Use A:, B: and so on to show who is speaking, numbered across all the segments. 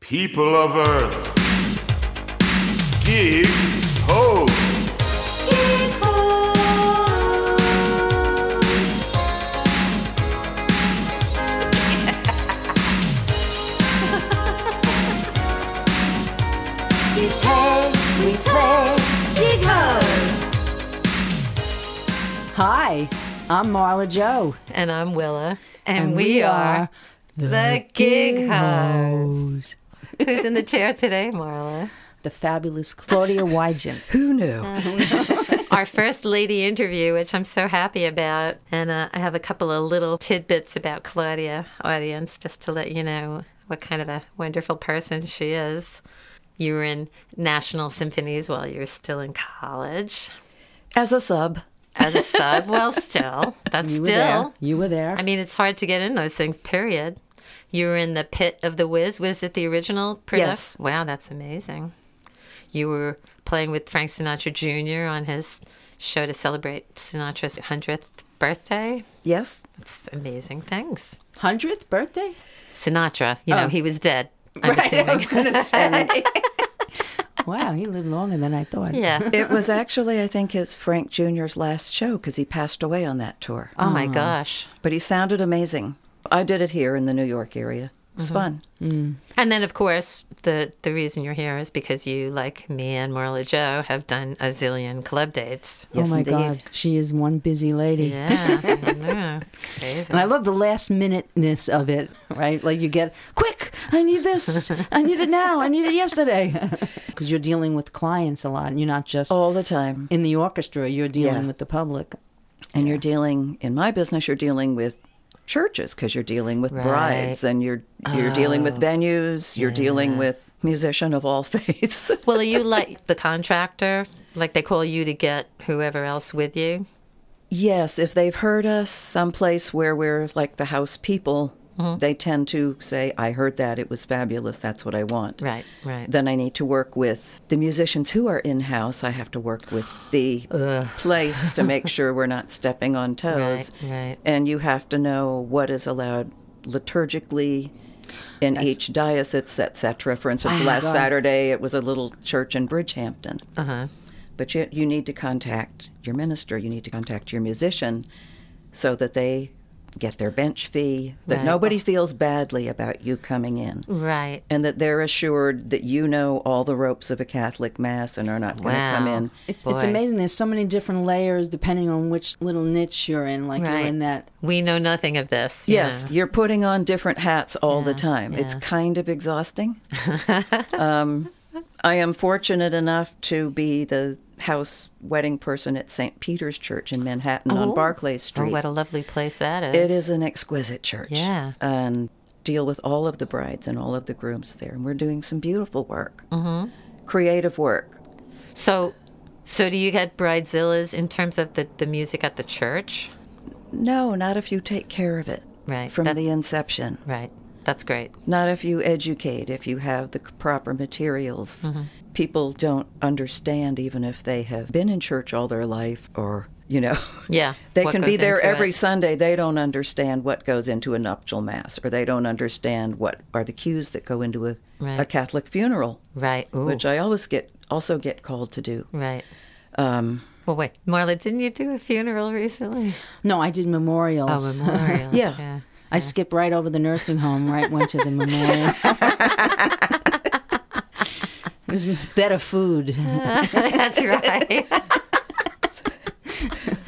A: People of Earth, give hope.
B: We play, we play,
C: Hi, I'm Marla Joe.
B: And I'm Willa. And, we, are the Gig Hoes.
C: Hoes.
B: Who's in the chair today, Marla?
C: The fabulous Claudia Wygent.
D: Who knew?
B: Our first lady interview, which I'm so happy about. And uh, I have a couple of little tidbits about Claudia, audience, just to let you know what kind of a wonderful person she is. You were in national symphonies while you were still in college
D: As a sub.
B: as a sub. well, still, that's
C: You were
B: still.
C: there. You were there.
B: I mean, it's hard to get in those things, period. You were in the pit of the whiz. Was it the original production?
D: Yes.
B: Wow, that's amazing. You were playing with Frank Sinatra Jr. on his show to celebrate Sinatra's 100th birthday.
D: Yes.
B: It's amazing things.
C: 100th birthday?
B: Sinatra, you know, he was dead. I'm
C: Oh. right, I
B: assuming.
C: was going to say. wow, he lived longer than I thought.
B: Yeah.
D: It was actually, I think, his Frank Jr.'s last show because he passed away on that tour.
B: Oh my
C: Mm.
B: gosh.
D: But he sounded amazing. I did it here in the New York area. It was fun.
B: And then, of course, the, the reason you're here is because you, like me and Marla Joe, have done a zillion club dates.
C: Oh
D: Yes,
C: my
D: indeed.
C: God, she is one busy lady.
B: Yeah. I know. It's crazy.
C: And I love the last minuteness of it, right? Like you get, quick, I need this. I need it now. I need it yesterday. Because you're dealing with clients a lot. And you're not just
D: All the time.
C: in the orchestra, you're dealing
D: Oh. Yeah.
C: with the public.
D: And you're dealing, in my business, you're dealing with churches because you're dealing with brides and you're you're dealing with venues you're dealing with musician of all faiths
B: Well, are you like the contractor? Like they call you to get whoever else with you?
D: Yes, if they've heard us someplace where we're like the house people, they tend to say, I heard that, it was fabulous, that's what I want.
B: Right, right.
D: Then I need to work with the musicians who are in house. I have to work with the place to make sure we're not stepping on toes.
B: Right, right.
D: And you have to know what is allowed liturgically in each diocese, etc. For instance,
B: Oh
D: last
C: God.
D: Saturday it was a little church in Bridgehampton.
B: Uh-huh.
D: But you, you need to contact your minister, you need to contact your musician so that they get their bench fee, that
B: Right.
D: nobody feels badly about you coming in,
B: Right.
D: and that they're assured that you know all the ropes of a Catholic Mass and are not going to come
B: Wow.
D: in.
C: It's,
B: Boy.
C: it's amazing. There's so many different layers depending on which little niche you're in. Like
B: Right.
C: you're in that.
B: We know nothing of this. you
D: Yes,
B: know.
D: you're putting on different hats all the
B: Yeah,
D: time. It's
B: yeah.
D: kind of exhausting. um, I am fortunate enough to be the house wedding person at St. Peter's Church in Manhattan on Barclay Street.
B: Oh, what a lovely place that is.
D: It is an exquisite church.
B: Yeah.
D: And deal with all of the brides and all of the grooms there. And we're doing some beautiful work, mm-hmm. creative work.
B: So, so do you get bridezillas in terms of the, the music at the church?
D: No, not if you take care of it
B: Right.
D: from
B: that-
D: the inception.
B: right. That's great.
D: Not if you educate, if you have the c- proper materials.
B: Mm-hmm.
D: People don't understand, even if they have been in church all their life or, you know.
B: Yeah.
D: They
B: what
D: can be
B: goes
D: there
B: into
D: every
B: it.
D: Sunday. They don't understand what goes into a nuptial mass, or they don't understand what are the cues that go into a, a
B: Right.
D: Catholic funeral.
B: Right. Ooh.
D: which I always get also get called to do. Um,
B: right. Well, wait, Marla, didn't you do a funeral recently?
C: No, I did memorials.
B: A memorial.
D: Yeah.
B: Oh, yeah.
C: I skipped right over the nursing home, right went to the memorial. There's better food.
B: That's right.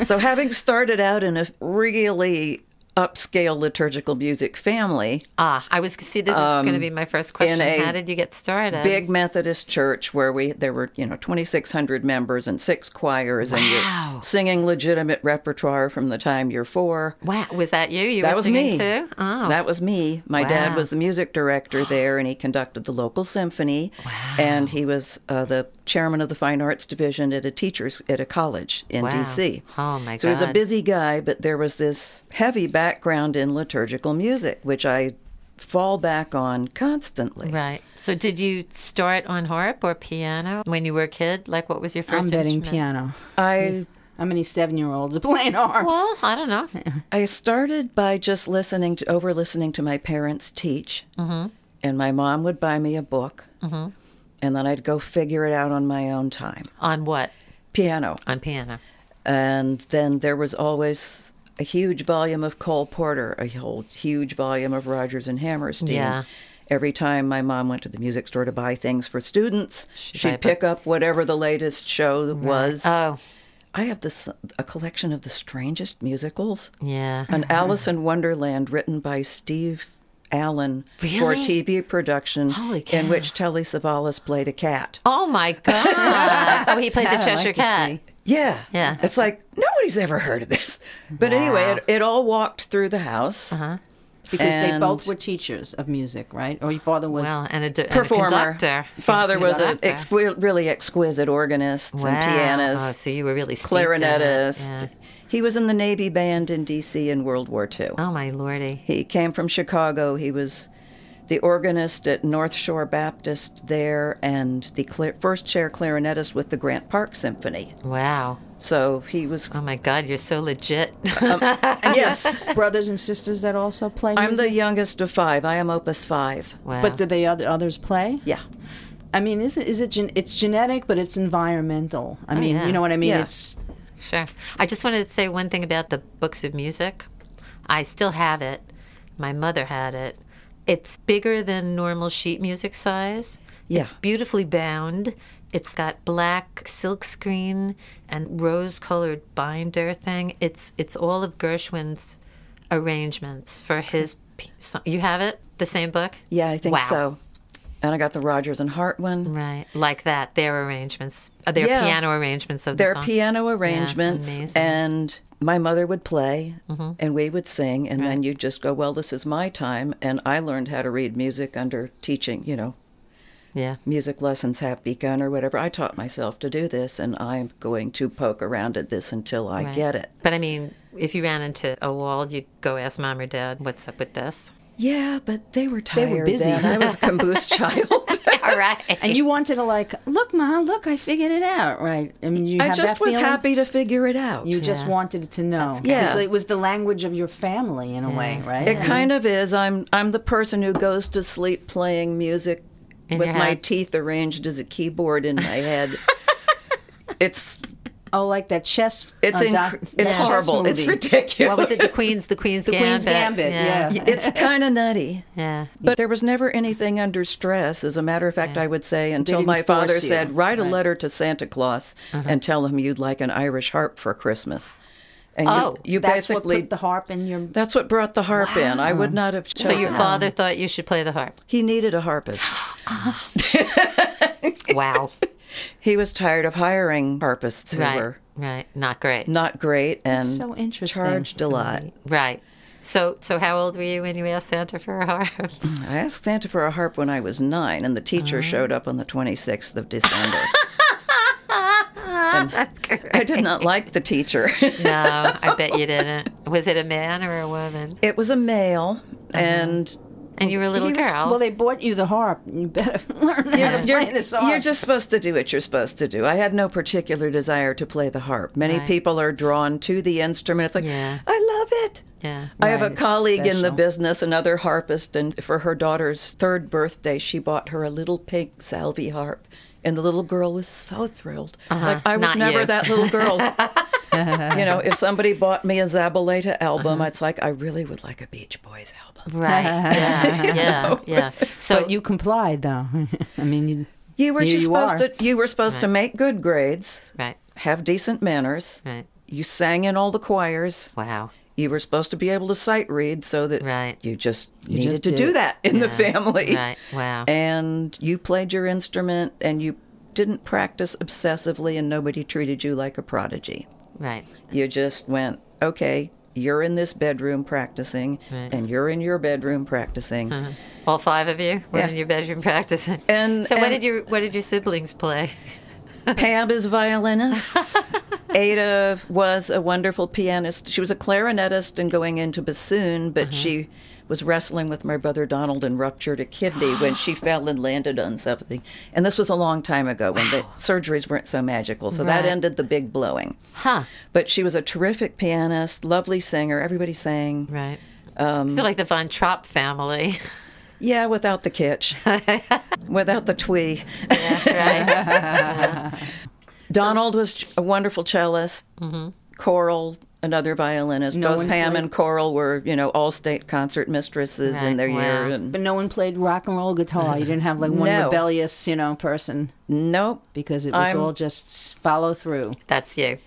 D: So having started out in a really upscale liturgical music family,
B: Ah, I was see. This is going to be my first question.
D: Um, a
B: How did you get started?
D: big Methodist church where we there were, you know, 2600 members and six choirs and
B: Wow.
D: you're singing legitimate repertoire from the time you're 4.
B: Wow, was that you? You
D: That
B: were
D: was
B: singing
D: me.
B: too? Oh,
D: That was me. My
B: Wow.
D: dad was the music director there, and he conducted the local symphony. Wow. And he was uh, the chairman of the fine arts division at a teachers at a college in
B: Wow.
D: D.C.
B: Oh, my
D: So he was a
B: God.
D: busy guy, but there was this heavy background in liturgical music, which I fall back on constantly.
B: right. So did you start on harp or piano when you were a kid? Like, what was your 1st
C: I'm betting
B: instrument?
C: piano.
D: I
C: How many seven year olds are playing harps?
B: Well, I don't know. Mm-hmm.
D: I started by just listening to over listening to my parents teach. and my mom would buy me a book, and then I'd go figure it out on my own time.
B: On what?
D: Piano.
B: On piano.
D: And then there was always a huge volume of Cole Porter, a whole huge volume of Rogers and Hammerstein.
B: Yeah.
D: Every time my mom went to the music store to buy things for students,
B: She'd
D: she'd,
B: buy a
D: pick up whatever the latest show was.
B: Oh,
D: I have this a collection of the strangest musicals.
B: yeah.
D: An Alice in Wonderland written by Steve Allen for
B: Really?
D: TV production
B: Holy
D: in
B: cow.
D: which Telly Savalas played a cat.
B: Oh my God! oh, he played the
C: I like
B: Cheshire
C: to
B: Cat.
C: see.
D: Yeah.
B: Yeah.
D: It's like nobody's ever heard of this. But anyway, it, it all walked through the house.
B: Uh-huh.
C: Because they
D: And-
C: both were teachers of music, right? Or your father was.
B: Well, and a, d- and a
D: Performer.
B: conductor.
D: Father was an
B: Conductor.
D: exqui- really exquisite organist and
B: Wow. Oh,
D: pianist,
B: so you were really steeped in it.
D: clarinetist.
B: Yeah.
D: He was in the Navy Band in D.C. in World War II.
B: Oh my lordy!
D: He came from Chicago. He was the organist at North Shore Baptist there and the cl- first chair clarinetist with the Grant Park Symphony.
B: Wow!
D: So he was.
B: Oh my God! You're so legit.
D: yes.
C: brothers and sisters that also play
D: I'm
C: music?
D: the youngest of five. I am Opus 5.
B: wow.
C: But do the other, others play?
D: Yeah.
C: I mean, is it, is it gen- it's genetic, but it's environmental. I mean,
B: Oh, yeah.
C: you know what I mean?
D: Yeah.
C: It's
B: Sure. I just wanted to say one thing about the books of music. I still have it. My mother had it. It's bigger than normal sheet music size.
D: Yeah.
B: It's beautifully bound. It's got black silk screen and rose colored binder thing. It's it's all of Gershwin's arrangements for his p- so- you have it? The same book?
D: Yeah, I think
B: Wow. Mm-hmm.
D: so. And I got the Rogers and Hart one.
B: Right. Like that. Their arrangements. uh, Their
D: Yeah.
B: piano arrangements of the
D: Their
B: song.
D: piano arrangements,
B: amazing. Mm-hmm.
D: and my mother would play, and we would sing, and then you'd just go, "Well, this is my time." And I learned how to read music under teaching. You know,
B: yeah.
D: music lessons have begun or whatever. I taught myself to do this, and I'm going to poke around at this until I
B: Right.
D: get it.
B: But I mean, if you ran into a wall, you'd go ask mom or dad, what's up with this?
D: Yeah, but they were
C: were
D: tired.
C: busy.
D: Then. I was a caboose child.
B: All right.
C: and you wanted to like look, ma, look, I figured it out, right? I mean, you
D: I
C: have
D: just
C: that
D: was
C: feeling?
D: happy to figure it out.
C: You just
B: Yeah.
C: wanted to know.
D: good.
C: It was,
D: Yeah.
C: it was the language of your family in a way, right?
D: It kind of is. I'm I'm the person who goes to sleep playing music
B: In
D: with
B: your
D: my
B: head.
D: teeth arranged as a keyboard in my head. it's
C: oh, like that chess.
D: it's
C: uh,
D: inc-
C: doc- that
D: it's
C: chess
D: horrible. It's
C: movie.
D: ridiculous.
B: what was it? The Queen's, the Queen's Gambit.
C: Queen's Gambit, yeah.
D: it's kind of nutty.
B: Yeah.
D: But there was never anything under stress. As a matter of fact, I would say until
C: didn't
D: my father
C: force you.
D: said, "Write a
C: Right. Uh-huh.
D: letter to Santa Claus and tell him you'd like an Irish harp for Christmas." And
B: Oh,
D: you, you
C: That's
D: basically
C: what put the harp in your.
D: that's what brought the harp in. I would not have.
B: So your
D: chosen that.
B: father thought you should play the harp.
D: He needed a harpist.
B: Wow.
D: He was tired of hiring harpists who
B: right.
D: were
B: Right. Not great.
D: not great and
C: so interesting.
D: charged a lot.
B: Right. So, so how old were you when you asked Santa for a harp?
D: I asked Santa for a harp when I was nine, and the
C: Oh.
D: teacher showed up on the 26th of December.
B: That's great.
D: I did not like the teacher.
B: No, I bet you didn't. Was it a man or a woman?
D: it was a male,
C: Uh-huh.
D: and
B: And you were a little
D: He was-
B: girl.
C: Well, they bought you the harp. You better learn how to
D: you're,
C: play this harp.
D: you're just supposed to do what you're supposed to do. I had no particular desire to play the harp. Many
B: Right.
D: people are drawn to the instrument. It's like,
B: Yeah.
D: I love it.
B: yeah.
D: I have a
C: Right, it's
D: colleague in the
C: special.
D: business, another harpist, and for her daughter's third birthday, she bought her a little pink salvy harp, and the little girl was so thrilled. It's
C: Uh-huh.
D: Like I was
B: Not
D: never
B: you.
D: that little girl. you know, if somebody bought me a Zabaleta album,
C: Uh-huh.
D: it's like I really would like a Beach Boys album.
B: Right. Yeah. Yeah. yeah. So
C: But you complied, though. I mean, you.
D: You were
C: here
D: just
C: you
D: supposed
C: are.
D: to you were supposed to make good grades,
B: Right.
D: have decent manners.
B: Right.
D: You sang in all the choirs.
B: Wow.
D: You were supposed to be able to sight read, so that
B: Right.
D: you just needed
C: just
D: to
C: did
D: do
C: it.
D: that in the family.
B: Right. Wow.
D: and you played your instrument and you didn't practice obsessively and nobody treated you like a prodigy.
B: right.
D: You just went, okay, you're in this bedroom practicing
B: Right. Uh-huh.
D: and you're in your bedroom practicing.
B: All five of you were
D: Yeah.
B: in your bedroom practicing.
D: And-
B: so, what
D: and-
B: did your what did your siblings play?
D: Pab is violinist. Ada was a wonderful pianist. She was a clarinetist and going into bassoon, but she was wrestling with my brother Donald and ruptured a kidney when she fell and landed on something. And this was a long time ago when the surgeries weren't so magical. So that
B: Right.
D: ended the big blowing.
B: Huh.
D: But she was a terrific pianist, lovely singer. Everybody sang.
B: Right. Um, so, like the von Trapp family.
D: Yeah, without the kitsch, without the twee.
B: Yeah, right.
D: Donald was ch- a wonderful cellist.
B: Mm-hmm.
D: Coral, another violinist.
C: No one
D: Both Pam
C: played-
D: and Coral were, you know, all state concert mistresses in
B: Right,
D: their year.
B: wow.
D: And
C: But no one played rock and roll guitar. You didn't have like one
D: No.
C: rebellious, you know, person
D: nope,
C: because it was
D: I'm-
C: all just s- follow through.
B: That's you.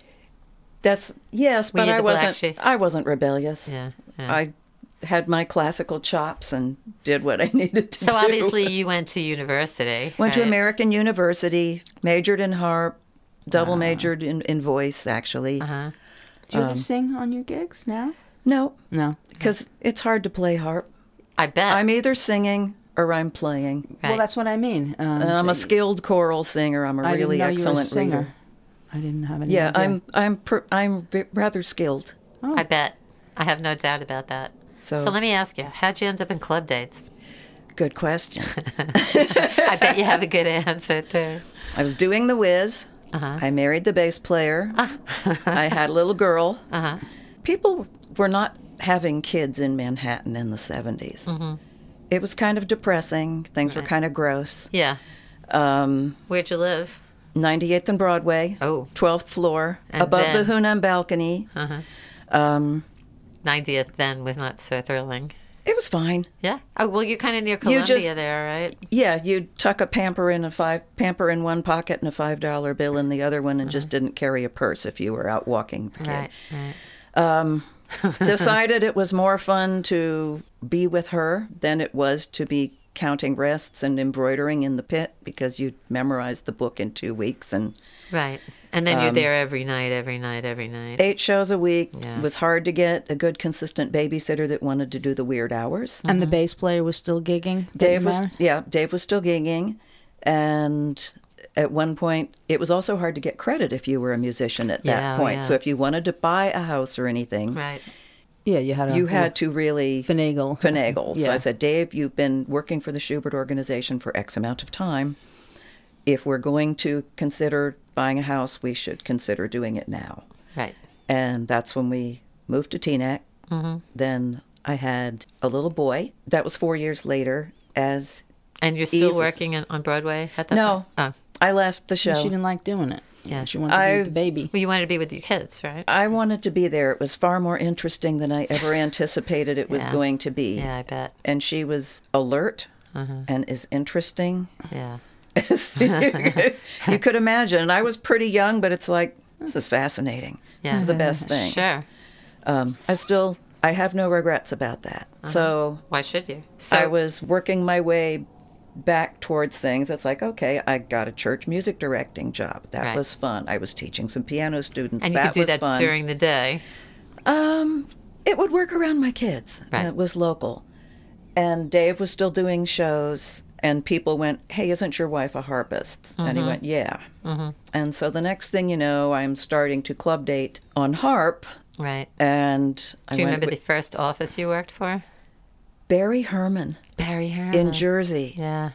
D: that's yes,
B: Were
D: but
B: you
D: I
B: the black
D: wasn't.
B: sheep?
D: I wasn't rebellious.
B: Yeah. yeah.
D: I had my classical chops and did what I needed to
B: so
D: do.
B: obviously you went to university.
D: Went to
B: right?
D: American University, majored in harp, double majored in, in voice, actually.
B: Uh-huh.
C: Do you ever sing on your gigs now?
D: Um, No,
C: No.
D: because it's hard to play harp.
B: I bet.
D: I'm either singing or I'm playing.
B: Right.
C: Well, that's what I mean. Um,
D: And I'm a skilled choral singer. I'm a
C: I didn't know
D: really
C: you were a
D: excellent
C: singer.
D: reader.
C: I didn't have any.
D: Yeah,
C: idea.
D: I'm I'm per, I'm v- rather skilled.
B: I bet. I have no doubt about that.
D: So-
B: so let me ask you, how'd you end up in club dates?
D: Good question.
B: I bet you have a good answer too.
D: I was doing the whiz.
C: Uh-huh.
D: I married the bass player. I had a little girl.
C: Uh-huh.
D: People were not having kids in Manhattan in the 70s.
C: Mm-hmm.
D: It was kind of depressing. Things were kind of gross.
B: Yeah.
D: Um,
B: Where'd you live?
D: 98th and Broadway,
B: Oh.
D: 12th floor,
B: And
D: above
B: then-
D: the Hunan balcony. Um,
B: 90th then was not so thrilling.
D: it was fine.
B: Yeah. Oh, well, you're kind of near
D: You
B: Columbia
D: just-
B: there, right?
D: Yeah, you'd tuck a pamper in a five pamper in one pocket and a five dollar bill in the other one, and just didn't carry a purse if you were out walking the kid.
B: Uh-huh. Right. right.
D: decided it was more fun to be with her than it was to be counting rests and embroidering in the pit because you memorized the book in two weeks and
B: Right. And then
D: Um,
B: you're there every night, every night, every night.
D: eight shows a week
B: Yeah.
D: it was hard to get a good consistent babysitter that wanted to do the weird hours
C: And the bass player was still gigging. that
D: Mhm. dave
C: you
D: was
C: married?
D: yeah dave was still gigging and at one point it was also hard to get credit if you were a musician at that
B: Yeah, oh,
D: point
B: yeah.
D: so if you wanted to buy a house or anything
B: Right.
C: Yeah, you had. A,
D: you had to really
C: finagle.
D: finagle. So
C: Yeah.
D: I said, Dave, you've been working for the Schubert organization for X amount of time. If we're going to consider buying a house, we should consider doing it now.
B: Right.
D: And that's when we moved to Teaneck.
B: Mm-hmm.
D: Then I had a little boy. That was four years later. As
B: And you're still
D: Eve was-
B: working on, on Broadway at that
D: no,
B: point? Oh.
D: I left the
C: She
D: show.
C: didn't like doing it.
B: Yeah.
C: She wanted to be
D: I-
C: with the baby.
B: Well, you wanted to be with your kids, right?
D: I wanted to be there. It was far more interesting than I ever anticipated it was
B: Yeah.
D: going to be.
B: Yeah, Uh-huh. I bet.
D: And she was alert and is interesting.
B: Yeah.
D: you could imagine. And I was pretty young, but it's like this is fascinating.
B: Yeah.
D: This is the best thing.
B: Sure.
D: Um, I still I have no regrets about that.
B: Uh-huh.
D: So,
B: Why should you? So
D: I was working my way back towards things. It's like okay, I got a church music directing job. That
B: Right.
D: was fun. I was teaching some piano students.
B: and you
D: that
B: could do
D: was
B: that
D: fun.
B: during the day.
D: Um, it would work around my kids.
B: Right.
D: And It was local, and Dave was still doing shows. And people went, "Hey, isn't your wife a harpist?" And
B: Mm-hmm.
D: he went, "Yeah." And so the next thing you know, I'm starting to club date on harp,
B: Right.
D: and I
B: Do you
D: went
B: remember the
D: with
B: first office you worked for?
D: Barry Herman
B: Barry Herman.
D: in Jersey.
B: Yeah.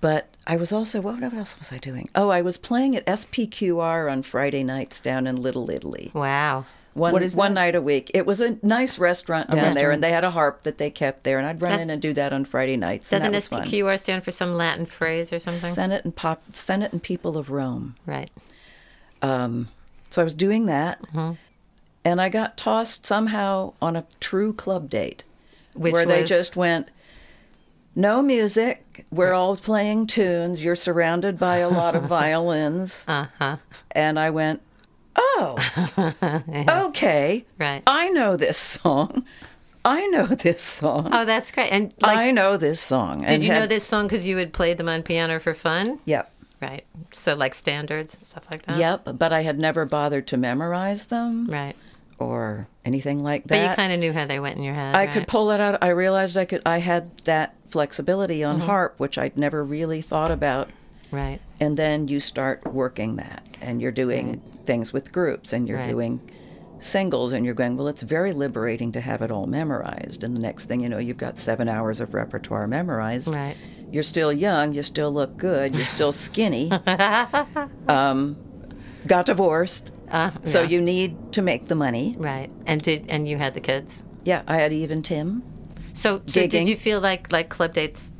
D: But I was also what, what else was I doing? Oh, I was playing at SPQR on Friday nights down in Little Italy.
B: Wow.
D: One,
C: What is
D: one night a week. It was a nice restaurant down there,
C: restaurant.
D: and they had a harp that they kept there, and I'd run in and do that on Friday nights.
B: Doesn't
D: and that was fun.
B: SPQR stand for some Latin phrase or something?
D: Senate and pop, Senate and people of Rome.
B: right.
D: Um, so I was doing that,
B: Mm-hmm.
D: and I got tossed somehow on a true club date,
B: Which
D: where they
B: was-
D: just went, "No music. We're all playing tunes. You're surrounded by a lot of violins."
B: Uh huh.
D: and I went, "Oh, okay,
B: Right.
D: I know this song. I know this song.
B: Oh, that's great. And like,
D: I know this song."
B: did you know this song because you had played them on piano for fun?
D: Yep.
B: Right. So like standards and stuff like that.
D: Yep, but I had never bothered to memorize them
B: Right.
D: or anything like
B: But
D: that.
B: you kind of knew how they went in your head.
D: I
B: right?
D: could pull it out. I realized I could. I had that flexibility
B: Mm-hmm.
D: on harp, which I'd never really thought about.
B: Right.
D: And then you start working that, and you're doing things with groups, and you're
B: Right.
D: doing singles, and you're going. Well, it's very liberating to have it all memorized. And the next thing you know, you've got seven hours of repertoire memorized.
B: Right.
D: You're still young. You still look good. You're still skinny. um, got divorced,
B: Uh,
D: so
B: yeah.
D: you need to make the money.
B: Right. And did and you had the kids?
D: Yeah, I had even Tim.
B: So, so did
D: Digging.
B: you feel like like club dates,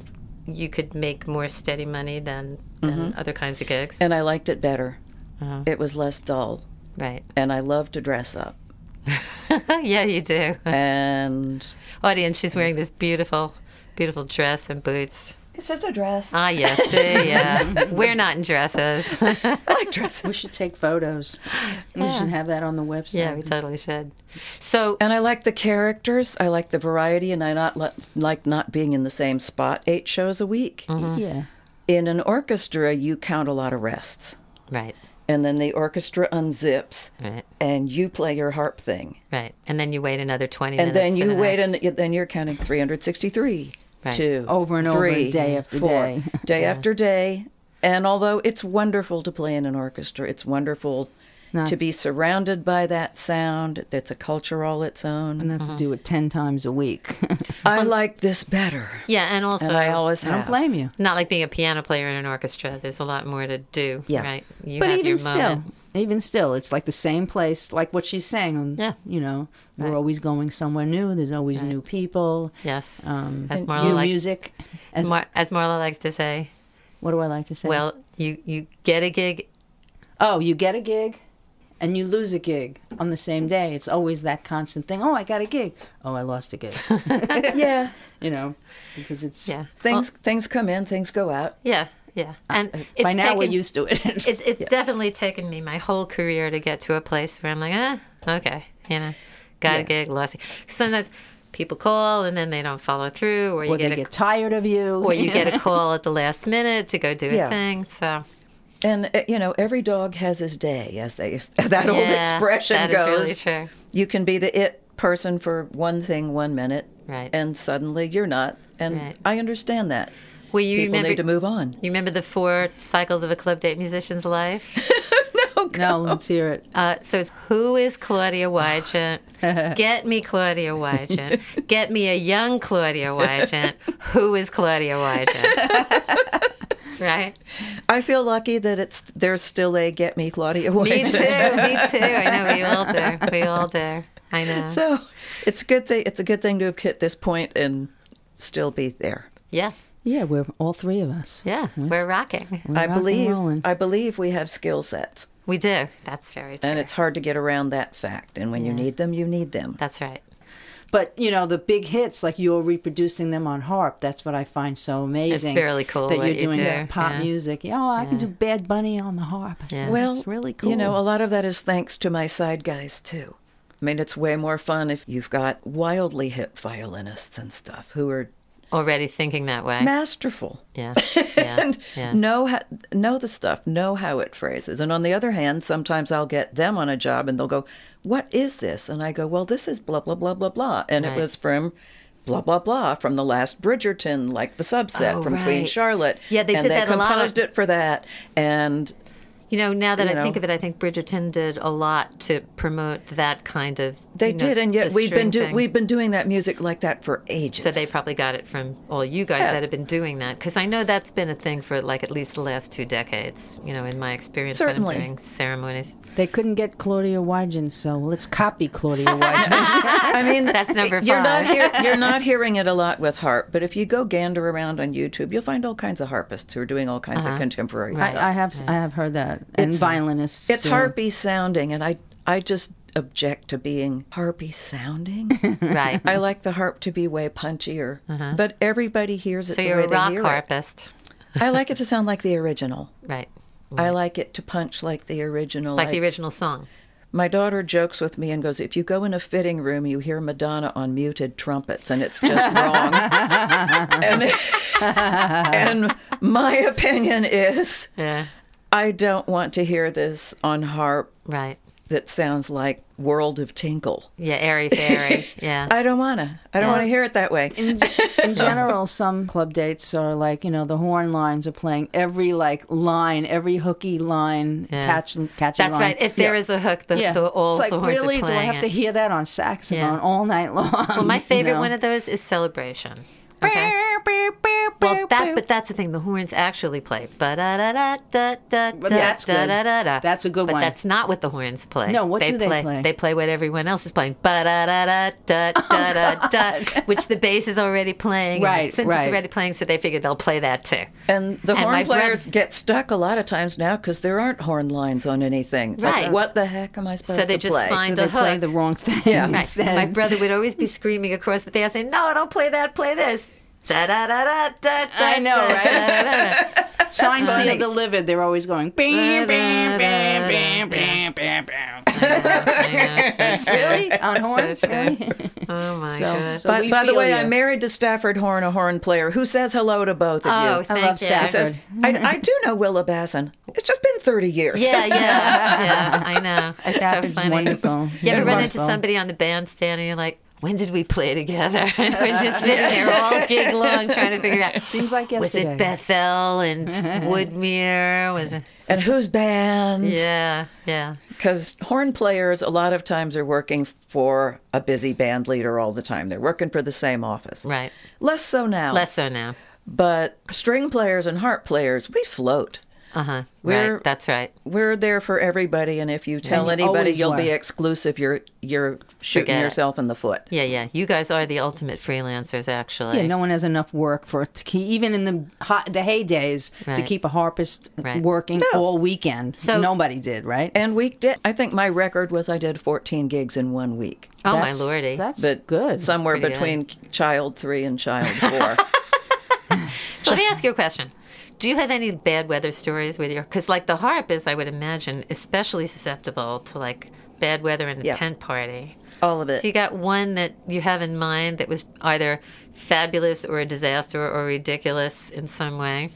B: you could make more steady money than than
D: Mm-hmm.
B: other kinds of gigs? Uh-huh,
D: And I liked it better. It was less dull.
B: right.
D: And I loved to dress up.
B: yeah, you do.
D: And
B: Audience, she's wearing this beautiful, beautiful dress and boots.
D: it's just a dress.
B: Ah, yes, see, yeah. We're not in dresses.
D: I like dresses.
C: We should take photos. We should have that on the website.
B: yeah, we totally should. So,
D: And I like the characters. I like the variety, and I not li- like not being in the same spot eight shows a week.
C: Yeah.
D: In an orchestra, you count a lot of rests,
B: right,
D: and then the orchestra unzips,
B: right,
D: and you play your harp thing,
B: right, and then you wait another twenty
D: and
B: minutes.
D: then
B: for the
D: you wait,
B: next.
D: and then you're counting 363,
B: Right.
D: two,
C: Over and over,
D: three,
C: day after
D: four,
C: day.
D: day after day. And although it's wonderful to play in an orchestra, it's wonderful
C: Not-
D: to be surrounded by that sound. That's a culture all its own.
C: Not to do it 10 times a week.
D: I like this better.
B: yeah, and also
D: And I always have.
C: Don't blame you.
B: not like being a piano player in an orchestra. There's a lot more to do.
D: Yeah.
B: right. You
C: but
B: have
C: even
B: your
C: still,
B: moment.
C: even still, it's like the same place, like what she's saying. um,
B: Yeah.
C: You know, we're always going somewhere new. There's always new people.
B: yes,
C: Um,
B: As
C: and
B: Marla
C: new
B: likes-
C: music. As,
B: Mar- as Marla likes to say.
C: what do I like to say?
B: Well, you you get a gig.
C: oh, you get a gig and you lose a gig on the same day. It's always that constant thing. Oh, I got a gig. Oh, I lost a gig.
D: yeah.
C: you know, because it's
B: Yeah,
D: Things things come in, things go out.
B: yeah, yeah. And it's
C: Uh, by now we're
B: taken-
C: used to it.
B: It, it's definitely taken me my whole career to get to a place where I'm like, ah, okay, you know, got a gig, lost. it. Sometimes people call and then they don't follow through, or you
C: or
B: get
C: they
B: a,
C: get tired of you.
B: or you get a call at the last minute to go do a
D: Yeah.
B: thing. So
D: And uh, you know, every dog has his day, as they that old
B: Yeah,
D: expression
B: that is
D: goes.
B: really true.
D: You can be the it person for one thing one minute,
B: Right.
D: And suddenly you're not. And
B: Right.
D: I understand that.
B: Well, you
D: People
B: remember
D: need to move on.
B: You remember the four cycles of a club date musician's life?
C: No, let's hear it.
B: Uh, so it's who is Claudia Wygent? Get me Claudia Wygent. Get me a young Claudia Wygent. Who is Claudia Wygent? right?
D: I feel lucky that it's there's still a get me Claudia
B: Me
D: Wage.
B: too. Me too. I know we all do. We all do. I know.
D: So it's a good thing. It's a good thing to have hit this point and still be there.
B: yeah.
C: Yeah, we're all three of us.
B: Yeah. We're rocking.
C: We're
D: I
C: rock and
D: believe.
C: rolling.
D: I believe we have skill sets,
B: We do. That's very true.
D: and it's hard to get around that fact. And when you need them, you need them.
B: That's right.
C: But you know the big hits, like you're reproducing them on harp. That's what I find so amazing.
B: really cool
C: that
B: what
C: you're
B: you
C: doing
B: do,
C: that pop
B: yeah.
C: music. Yeah, Oh, I can do Bad Bunny on the harp. Yeah.
D: Well,
C: it's really cool.
D: You know, a lot of that is thanks to my side guys too. I mean, it's way more fun if you've got wildly hip violinists and stuff who are
B: Already thinking that way.
D: masterful
B: yeah. Yeah.
D: and
B: yeah.
D: know how, know the stuff, know how it phrases. And on the other hand, sometimes I'll get them on a job and they'll go, "What is this?" And I go, "Well, this is blah blah blah blah blah," and
B: Right.
D: it was from. Blah blah blah from the last Bridgerton, like the subset
B: Oh,
D: from Queen
B: right.
D: Charlotte.
B: Yeah, they
D: and
B: did
D: they
B: that a lot of-
D: composed it for that, and
B: You know, now that
D: you
B: I think
D: know.
B: of it, I think Bridgerton did a lot to promote that kind of.
D: They
B: you know,
D: did, and yet
B: the
D: we've
B: string
D: been do-
B: thing.
D: we've been doing that music like that for ages.
B: So they probably got it from all you guys
D: Yeah.
B: that have been doing that, because I know that's been a thing for like at least the last two decades. You know, in my experience,
D: Certainly.
B: when I'm doing ceremonies,
C: they couldn't get Claudia Wygen, so let's copy Claudia Wygen.
D: I mean,
B: That's number
D: You're not
B: five.
D: hear- you're not hearing it a lot with harp, but if you go gander around on YouTube, you'll find all kinds of harpists who are doing all kinds
B: Uh-huh.
D: of contemporary stuff.
C: I, I have I have heard that, and violinists.
D: it's
C: too.
D: harpy sounding, and I I just object to being harpy sounding.
B: right?
D: I like the harp to be way punchier, but everybody hears it
B: Uh-huh. so
D: the
B: you're
D: way
B: a
D: they
B: rock
D: hear
B: harpist,
D: it. I like it to sound like the original.
B: right?
D: I like it to punch like the original.
B: Like
D: I-
B: the original song.
D: My daughter jokes with me and goes, If you go in a fitting room, you hear Madonna on muted trumpets, and it's just wrong. and, and my opinion is,
B: Yeah.
D: I don't want to hear this on harp
B: Right.
D: that sounds like World of Tinkle.
B: Yeah. Airy fairy. yeah.
D: I don't want to. I don't want to hear it that way.
C: In general, some club dates are like you know the horn lines are playing every like line, every hooky line,
B: Yeah.
C: catch catch.
B: That's
C: line.
B: right. If there is a hook, the, the all
C: it's like
B: the horns
C: really,
B: are
C: do
B: playing
C: I have
B: it.
C: to hear that on saxophone
B: Yeah.
C: all night long?
B: Well, my favorite
C: you know?
B: one of those is Celebration. Okay? Well, that but that's the thing. The horns actually play. Ba da da da da da da
C: that's
B: da
C: good.
B: da da da.
C: That's a good
B: but
C: one.
B: But that's not what the horns play.
C: No, what do they play? Oh,
B: They play what everyone else is playing. Ba da da da da da da da. Which the bass is already playing. and
C: Right,
B: the synth
C: right.
B: is already playing, so they figured they'll play that too.
D: And the
B: And my
D: horn
B: brother-
D: players get stuck a lot of times now because there aren't horn lines on anything. It's like,
B: Right.
D: what the heck am I supposed
B: they
D: to
B: just
D: play?
B: find-
C: So
B: And
C: they
B: a
C: play
B: hook.
C: the wrong thing
B: Right.
C: instead.
B: My brother would always be screaming across the path, saying, "No, don't play that. Play this." Da da da da da.
C: I know,
B: da,
C: right?
B: da, da, da.
C: Sign,
D: funny.
C: seal, delivered. They're always going. Bam, bam, bam, bam, bam, bam, bam.
B: I know, so true.
C: Really on horns?
B: true.
C: Really?
B: Oh my
C: So,
B: god.
C: so
D: By,
C: we
D: by the
C: feel
D: way,
C: ya.
D: I'm married to Stafford Horn, a horn player, who says hello to both of
B: Oh,
D: you.
B: thank
C: love
B: you.
C: Stafford.
D: Says, I, I do know Willa Basson. It's just been 30 years.
B: Yeah, yeah, yeah. I know. It's
C: Stafford's
B: so funny.
C: wonderful.
B: You ever run into
C: Wonderful.
B: somebody on the bandstand and you're like, when did we play together? And we're just sitting there all gig long trying to figure out.
C: Seems like
B: Was
C: yesterday.
B: it Bethel and Woodmere? Was it?
D: And whose band?
B: Yeah, yeah.
D: Because horn players, a lot of times, are working for a busy band leader all the time. They're working for the same office.
B: Right.
D: Less so now.
B: Less so now.
D: But string players and harp players, we float.
B: Uh huh.
D: We're-
B: Right. That's right.
D: We're there for everybody, and if you tell
C: And you
D: anybody,
C: always
D: you'll
C: were.
D: be exclusive. You're you're shooting
B: Forget it.
D: yourself in the foot.
B: Yeah, yeah. You guys are the ultimate freelancers, actually.
C: Yeah, no one has enough work for it to keep, even in the hot, the heydays, to
B: Right.
C: keep a harpist
B: Right.
C: working all weekend.
B: So-
C: nobody did, right?
D: And we did. I think my record was I did 14 gigs in one week.
B: oh my
C: That's-
B: lordy.
C: that's
D: But
C: good.
D: Somewhere
B: pretty
D: between child three and child four.
B: So let me ask you a question. Do you have any bad weather stories with your? Because like the harp is, I would imagine, especially susceptible to like bad weather and a
D: Yeah.
B: tent party.
D: All of it.
B: So you got one that you have in mind that was either fabulous or a disaster or ridiculous in some way.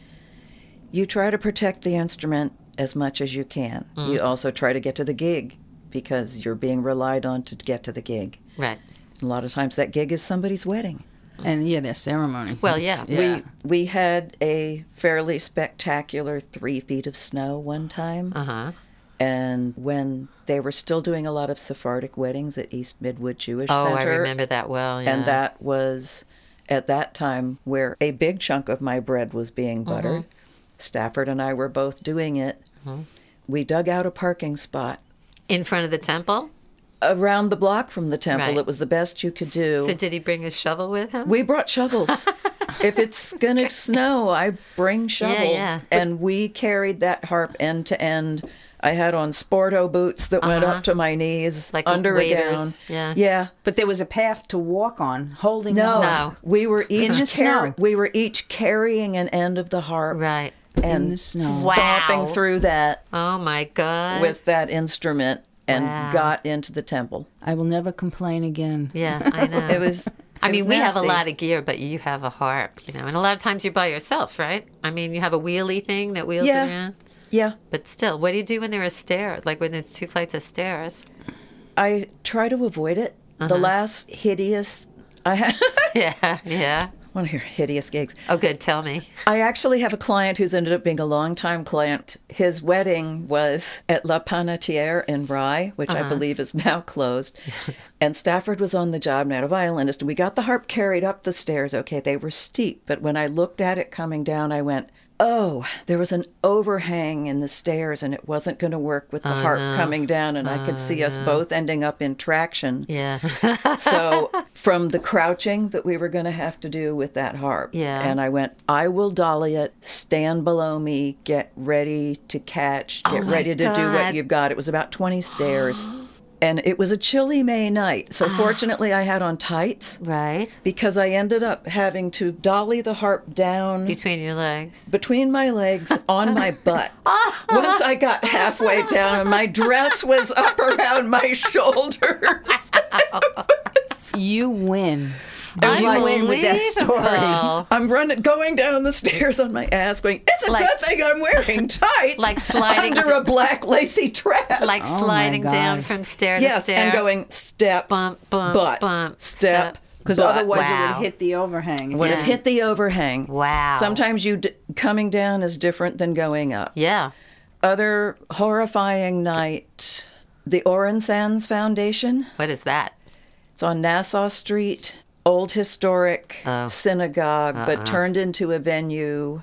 D: you try to protect the instrument as much as you can. You
B: Mm-hmm.
D: also try to get to the gig because you're being relied on to get to the gig.
B: Right.
D: A lot of times that gig is somebody's wedding.
C: and yeah, their ceremony.
B: Well, yeah.
C: yeah.
D: We we had a fairly spectacular three feet of snow one time,
B: Uh huh.
D: and when they were still doing a lot of Sephardic weddings at East Midwood Jewish
B: Oh,
D: Center,
B: I remember that well. Yeah.
D: and that was at that time where a big chunk of my bread was being
B: Mm-hmm.
D: buttered. Stafford and I were both doing it.
B: Mm-hmm.
D: We dug out a parking spot
B: in front of the temple.
D: around the block from the temple.
B: Right.
D: It was the best you could do.
B: So did he bring a shovel with him?
D: We brought shovels. if it's gonna snow, I bring shovels.
B: yeah.
D: And we carried that harp end to end. I had on sporto boots that went up to my knees,
B: Uh-huh. Like
D: under
B: waders,
D: a gown.
B: yeah.
D: yeah.
C: but there was a path to walk on, holding. the
D: No,
B: No.
D: we were each
C: the
D: car-
C: snow.
D: we were each carrying an end of the harp
B: right.
D: and
C: the snow.
D: stomping
B: Wow.
D: through that
B: Oh my God.
D: with that instrument and
B: Wow.
D: got into the temple.
C: I will never complain again.
B: yeah, I know.
D: It was.
B: Uh-huh. I
D: it
B: mean,
D: was
B: we have a
D: nasty.
B: lot of gear, but you have a harp, you know, and a lot of times you're by yourself, right? I mean, you have a wheelie thing that wheels it
D: Yeah.
B: around.
D: Yeah,
B: But still, what do you do when there are stairs? Like when there's two flights of stairs?
D: I try to avoid it.
B: Uh-huh.
D: The last hideous. I had
B: Yeah, yeah.
D: one of your hideous gigs.
B: Oh, good. Tell me.
D: I actually have a client who's ended up being a longtime client. His wedding was at La Panetiere in Rye, which I believe is now closed. and Stafford was on the job, not a violinist. And we got the harp carried up the stairs. Okay, they were steep, but when I looked at it coming down, I went, Oh, there was an overhang in the stairs and it wasn't going to work with the harp coming down. And I could see us both ending up in traction.
B: Yeah.
D: So from the crouching that we were going to have to do with that harp.
B: Yeah.
D: And I went, I will dolly it, stand below me, get ready to catch, get
B: Oh my
D: ready to do what
B: God.
D: you've got. It was about 20 stairs. And it was a chilly May night. So
B: Ah.
D: fortunately, I had on tights
B: right.
D: because I ended up having to dolly the harp down
B: Between your legs.
D: between my legs on my butt. Once I got halfway down, and my dress was up around my shoulders.
C: You win.
D: It was like-
C: You win with that story.
B: Unbelievable.
D: I'm running, going down the stairs on my ass, going, "It's a
B: Like-
D: good thing I'm wearing tights,
B: Like sliding-
D: under a black lacy dress,
B: Like
C: my
B: sliding down
C: God.
B: from stair to
D: yes,
B: stair.
D: and going step,
B: Bump, bump,
D: butt,
B: bump,
D: step,
B: step.
C: Because
D: butt.
C: otherwise, it
B: uh, Wow.
C: would hit the overhang.
D: would
B: Yeah.
D: have hit the overhang.
B: Wow.
D: Sometimes you d- coming down is different than going up.
B: Yeah.
D: Other horrifying night, the Orin Sands Foundation.
B: What is that?
D: It's on Nassau Street. old historic
B: Oh.
D: synagogue,
B: Uh-uh.
D: but turned into a venue.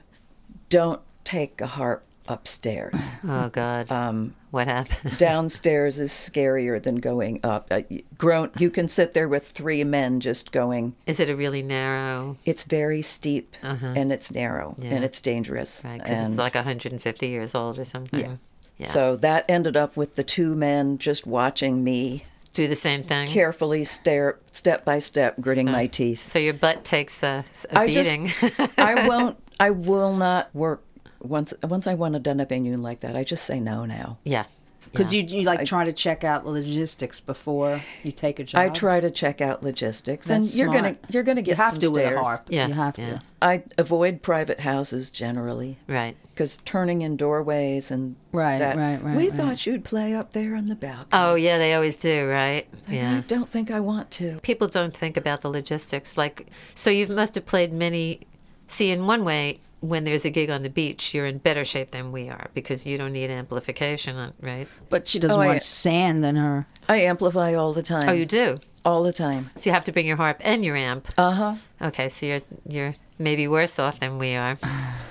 D: Don't take a harp upstairs.
B: Oh God.
D: Uh,
B: Um, what happened?
D: Downstairs is scarier than going up. Uh, y- grown, you can sit there with three men just going.
B: Is it a really narrow?
D: It's very steep and it's narrow and it's dangerous.
B: Uh-huh. Right, because
D: and
B: it's like 150 years old or something.
D: Yeah.
B: Yeah.
D: So that ended up with the two men just watching me
B: Do the same thing.
D: carefully stare, step by step, gritting my teeth.
B: So your butt takes a, a
D: I just-
B: beating.
D: I won't. I will not work once. Once I want to done a venue like that, I just say no now.
B: yeah.
C: Because you, you like try to check out logistics before you take a job.
D: I try to check out logistics, and
C: That's
D: you're gonna
C: smart.
D: you're gonna
C: You
D: get
C: have
D: some
C: to with
D: stares.
C: a harp.
B: Yeah,
C: You have to.
B: yeah.
D: I avoid private houses generally
B: Right.
D: because turning in doorways and
C: Right,
D: that-
C: right, right,
D: We
C: right.
D: thought you'd play up there on the balcony.
B: Oh yeah, they always do, right?
D: I
B: Yeah.
D: don't think I want to.
B: People don't think about the logistics. Like, so you must have played many. See, in one way, when there's a gig on the beach, you're in better shape than we are because you don't need amplification, on- right?
C: But she doesn't
D: Oh, I-
C: want sand in her.
D: I amplify all the time.
B: Oh, you do.
D: all the time.
B: So you have to bring your harp and your amp.
D: Uh
C: Uh-huh.
D: huh.
B: Okay, so you're you're maybe worse off than we are.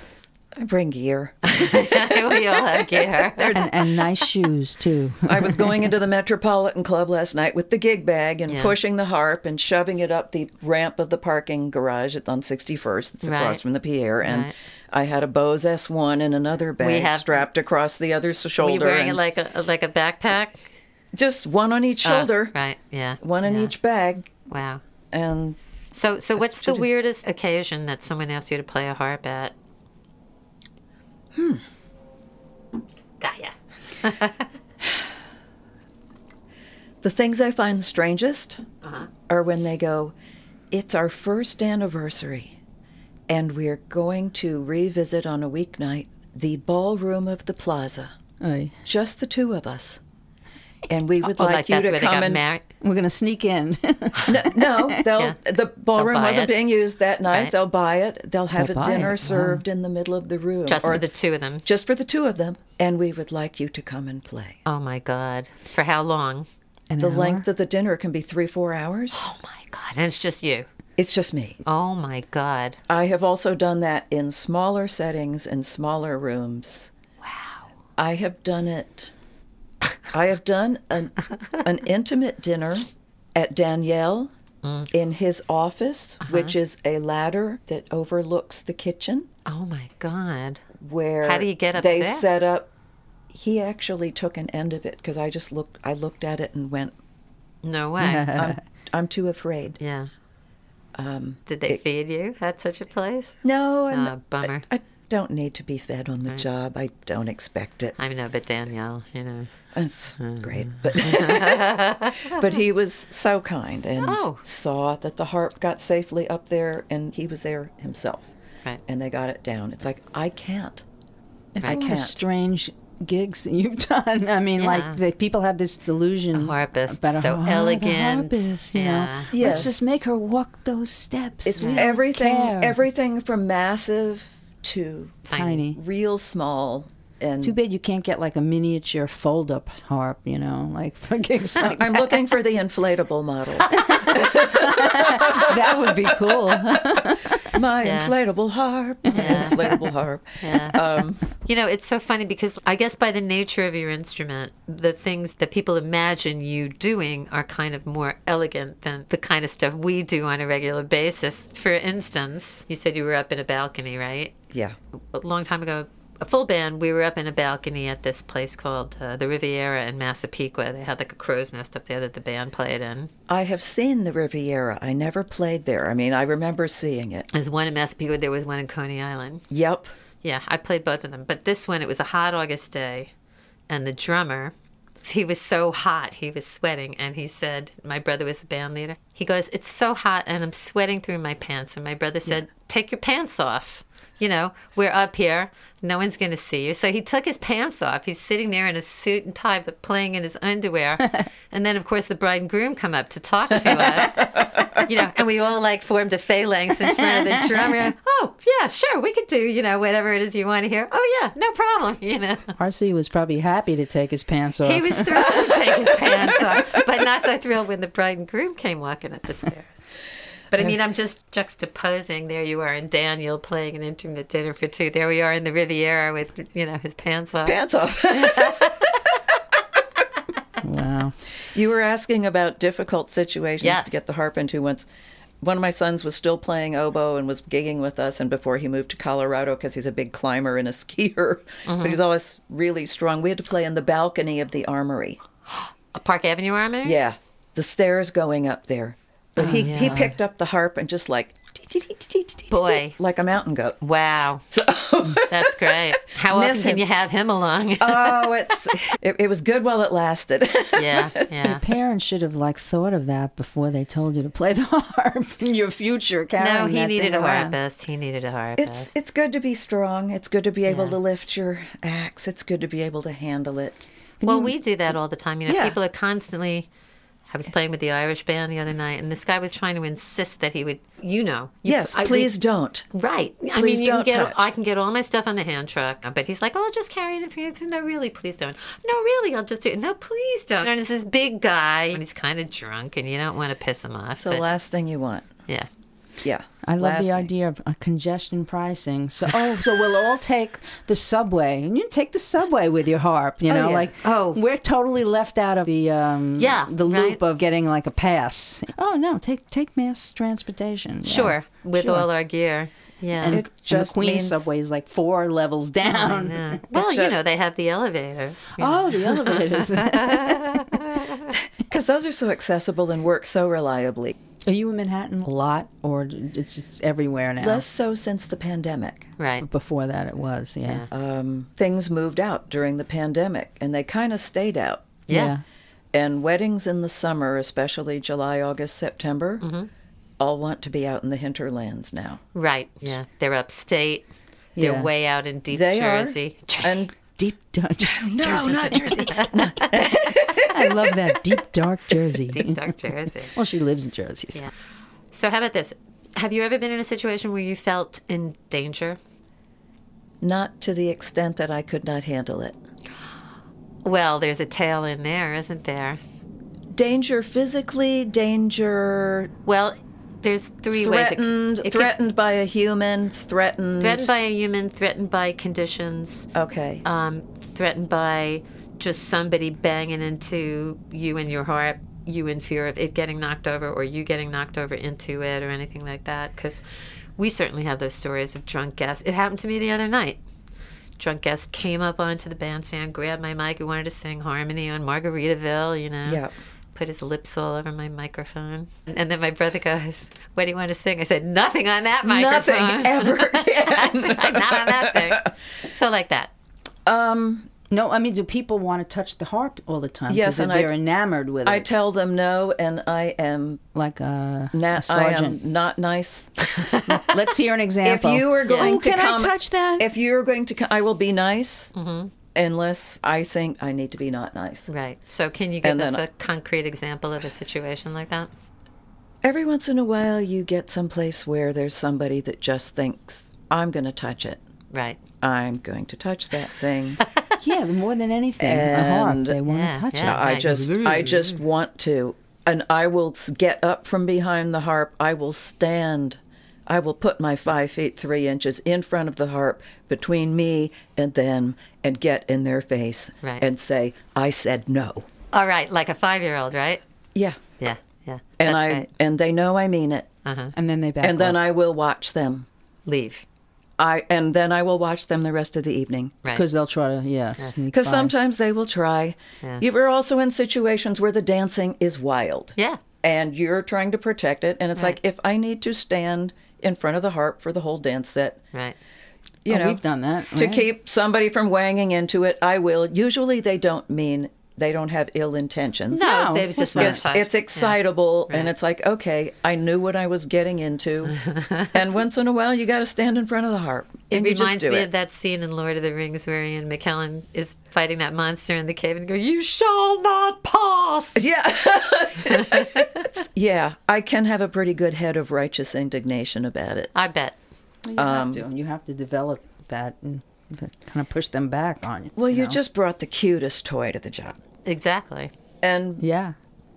D: I bring gear.
B: we all have gear.
C: And, and nice shoes, too.
D: I was going into the Metropolitan Club last night with the gig bag and
B: Yeah.
D: pushing the harp and shoving it up the ramp of the parking garage at, on 61st. It's
B: Right.
D: across from the pier. And
B: Right.
D: I had a Bose S1 in another bag
B: have-
D: strapped across the other s-
B: Were
D: shoulder.
B: you wearing it
D: and
B: like a like a backpack?
D: just one on each shoulder,
B: Oh, right. Yeah.
D: Uh, one in
B: yeah.
D: each bag.
B: Wow.
D: And
B: So so what's the weirdest occasion that someone asked you to play a harp at? Hmm. Got ya.
D: the things I find strangest
B: Uh-huh.
D: are when they go, It's our first anniversary, and we're going to revisit on a weeknight the ballroom of the plaza.
C: Oy.
D: just the two of us. And we would
B: Oh,
D: like,
B: like,
D: you
B: that's
D: to
B: where they got
D: come and
B: married.
C: We're going to sneak in.
D: no, they'll,
B: Yeah.
D: the ballroom
B: They'll buy
D: wasn't
B: it.
D: being used that night.
B: Right.
D: They'll buy it. They'll have
C: They'll
D: a
C: buy it.
D: dinner
C: Wow.
D: served in the middle of the room,
B: Just
D: or
B: for the two of them.
D: just for the two of them. And we would like you to come and play.
B: Oh my god. For how long?
C: An
D: The
C: hour?
D: length of the dinner can be three, four hours.
B: Oh my god. And it's just you.
D: It's just me.
B: Oh my god.
D: I have also done that in smaller settings and smaller rooms.
B: Wow.
D: I have done it. I have done an, an intimate dinner at Danielle
B: Mm.
D: in his office,
B: Uh-huh.
D: which is a ladder that overlooks the kitchen.
B: Oh my god.
D: Where
B: How do you get up
D: They
B: there?
D: set up. He actually took an end of it because I just looked. I looked at it and went,
B: No way.
D: "I'm, I'm too afraid."
B: yeah. Um, Did they feed you at such a place?
D: No, and
B: Ah, bummer.
D: I, I don't need to be fed on the job. I don't expect it.
B: I know, but Danielle, you know.
D: That's
B: Mm-hmm.
D: great, but but he was so kind and
B: Oh.
D: saw that the harp got safely up there, and he was there himself,
B: Right.
D: and they got it down. It's like I can't.
C: It's
D: I
C: a lot
D: can't.
C: of strange gigs that you've done. I mean,
B: Yeah.
C: like the people have this delusion.
B: harpist,
C: about a
B: so
C: har-
B: elegant,
C: The harpist, you
B: yeah.
C: know.
D: Yes.
C: Let's just make her walk those steps.
D: It's
C: We don't
D: everything,
C: care.
D: everything from massive to
C: tiny.
D: real small, and
C: Too bad you can't get like a miniature fold up harp, you know, like for gigs like
D: I'm looking for the inflatable model.
C: that would be cool.
D: My
B: Yeah.
D: inflatable harp, my
B: Yeah.
D: inflatable harp.
B: Yeah.
D: Um,
B: You know, it's so funny because I guess by the nature of your instrument, the things that people imagine you doing are kind of more elegant than the kind of stuff we do on a regular basis. For instance, you said you were up in a balcony, right?
D: yeah.
B: a long time ago, a full band, we were up in a balcony at this place called uh, the Riviera in Massapequa. They had like a crow's nest up there that the band played in.
D: I have seen the Riviera. I never played there. I mean, I remember seeing it.
B: There's one in Massapequa, there was one in Coney Island.
D: Yep.
B: Yeah, I played both of them. But this one, it was a hot August day, and the drummer, he was so hot, he was sweating. And he said, My brother was the band leader. He goes, It's so hot, and I'm sweating through my pants. And my brother said, Take your pants off. You know, we're up here. No one's going to see you. So he took his pants off. He's sitting there in a suit and tie, but playing in his underwear. and then, of course, the bride and groom come up to talk to us you know, and we all like formed a phalanx in front of the drummer. Oh, yeah, sure, we could do, you know, whatever it is you want to hear. Oh, yeah, no problem, you know.
C: RC was probably happy to take his pants off.
B: He was thrilled to take his pants off, but not so thrilled when the bride and groom came walking up the stairs. But I mean, I'm just juxtaposing. There you are in Daniel playing an intimate dinner for two. There we are in the Riviera with, you know, his pants off.
D: Pants off.
C: Wow.
D: You were asking about difficult situations
B: Yes.
D: to get the harp into once. One of my sons was still playing oboe and was gigging with us, and before he moved to Colorado, because he's a big climber and a skier,
B: Mm-hmm.
D: but he's always really strong. We had to play in the balcony of the armory.
B: Park Avenue Armory?
D: Yeah, the stairs going up there. But he, he
B: Oh, yeah.
D: picked up the harp and just like,
B: Boy.
D: like a mountain goat.
B: Wow. That's great. How often
D: Miss
B: can
D: him.
B: you have him along?
D: Oh, it's it, it was good while it lasted.
B: yeah, yeah.
C: Parents should have like thought of that before they told you to play the harp in your future. Carrying
B: No, he
C: that
B: needed
C: thing
B: a
C: around.
B: harpist. He needed a harpist.
D: It's it's good to be strong. It's good to be able
B: Yeah.
D: to lift your axe. It's good to be able to handle it.
B: Well, we do that all the time. You know,
D: Mm. Yeah.
B: people are constantly. I was playing with the Irish band the other night, and this guy was trying to insist that he would, you know, you-
D: Yes,
B: I- we-
D: please don't.
B: right. I mean,
D: please
B: you can
D: don't
B: get.
D: touch.
B: I can get all my stuff on the hand truck, but he's like, "Oh, I'll just carry it." If you no, really, please don't. No, really, I'll just do it. No, please don't. And it's this big guy, and he's kind of drunk, and you don't want to piss him off.
D: It's the
B: but-
D: last thing you want.
B: yeah.
D: Yeah.
C: I love
D: last
C: the
D: thing.
C: idea of uh, congestion pricing. So, oh, so we'll all take the subway, and you take the subway with your harp. You know,
D: yeah.
C: like
B: Oh.
C: we're totally left out of the um,
B: Yeah,
C: the loop
B: right.
C: of getting like a pass. Oh no, take take mass transportation. Yeah.
B: Sure. With
C: Sure.
B: all our gear. Yeah.
C: And,
D: It
C: and the
D: just
C: Queen
D: means-
C: subway is like four levels down.
B: Yeah. Well, you
D: ju-
B: know, they have the elevators. you know.
C: Oh, the elevators. Are
D: Because those are so accessible and work so reliably.
C: you in Manhattan a lot, or it's, it's everywhere now?
D: Less so since the pandemic.
B: Right.
C: Before that, it was. Yeah.
D: Um, things moved out during the pandemic and they kind of stayed out.
B: yeah.
D: And weddings in the summer, especially July, August, September, all want to be out in the hinterlands now.
B: Right. Yeah. They're upstate.
C: Yeah.
B: They're way out in deep
D: They are.
B: Jersey. Jersey.
D: And
C: Deep dark Jersey.
D: no, not Jersey.
C: I love that deep dark Jersey.
B: deep dark Jersey.
C: Well, she lives in Jersey. so-
B: Yeah. So how about this? Have you ever been in a situation where you felt in danger?
D: not to the extent that I could not handle it.
B: Well, there's a tale in there, isn't there?
D: Danger physically, danger
B: Well, there's three
D: threatened,
B: ways. It- it could-
D: threatened by a human, threatened.
B: threatened by a human, threatened by conditions,
D: Okay.
B: um, threatened by just somebody banging into you and your heart, you in fear of it getting knocked over or you getting knocked over into it or anything like that. Because we certainly have those stories of drunk guests. It happened to me the other night. Drunk guest came up onto the bandstand, grabbed my mic, he wanted to sing harmony on Margaritaville, you know.
D: Yep.
B: Put his lips all over my microphone. And then my brother goes, What do you want to sing? I said, Nothing on that microphone.
D: Nothing ever again.
B: Not on that thing. So like that.
D: um,
C: No, I mean, do people want to touch the harp all the time?
D: Yes,
C: 'Cause
D: and I-
C: they're enamored with
D: I
C: it,
D: tell them no, and I am
C: like a,
D: na-
C: a
D: I
C: sergeant.
D: am not nice.
C: Let's hear an
D: If
C: example.
D: you are going
C: oh,
D: to
C: can
D: come,
C: I touch that?
D: If you're going to, co- I will be nice, unless I think I need to be not nice.
B: Right. So, can you give
D: And
B: us
D: then-
B: a concrete example of a situation like that?
D: Every once in a while, you get someplace where there's somebody that just thinks I'm going to touch it.
B: Right.
D: I'm going to touch that thing.
C: yeah, more than anything, a harp.
D: And-
C: They want
B: Yeah,
C: to touch
B: yeah.
C: it.
D: I
B: Right.
D: just I just want to and I will s- get up from behind the harp. I will stand. I will put my five feet three inches in front of the harp between me and them and get in their face
B: Right.
D: and say, I said no.
B: All right. Like a five year old, right?
D: Yeah.
B: Yeah. Yeah.
D: And
B: That's
D: I
B: right. Uh-huh.
D: and they know I mean it.
C: And then they back
D: and then
C: off.
D: I will watch them.
B: Leave.
D: I and then I will watch them the rest of the evening.
B: Right.
C: Because they'll try to, yeah, sneak
D: Because
C: by.
D: sometimes they will try.
B: Yeah.
D: You're also in situations where the dancing is wild.
B: Yeah.
D: and you're trying to protect it. And it's like, if I need to stand in front of the harp for the whole dance set,
B: Right.
D: you
C: Oh,
D: know,
C: we've done that,
D: to
C: right?
D: keep somebody from wanging into it. I will. Usually, they don't mean they don't have ill intentions.
B: No,
C: No,
B: they
C: of
B: just
C: course
B: want
D: It's,
B: to touch.
D: it's
B: Yeah.
D: excitable, and it's like, okay, I knew what I was getting into. and once in a while, you got to stand in front of the harp.
B: It
D: and you
B: reminds
D: just do
B: me
D: it.
B: of that scene in Lord of the Rings where Ian McKellen is fighting that monster in the cave and go, "You shall not pass."
D: Yeah. yeah, I can have a pretty good head of righteous indignation about it.
B: I bet.
C: you have
D: um,
C: to. You have to develop that and kind of push them back on you.
D: Well, you
C: know?
D: just brought the cutest toy to the job.
B: Exactly.
D: And
C: yeah.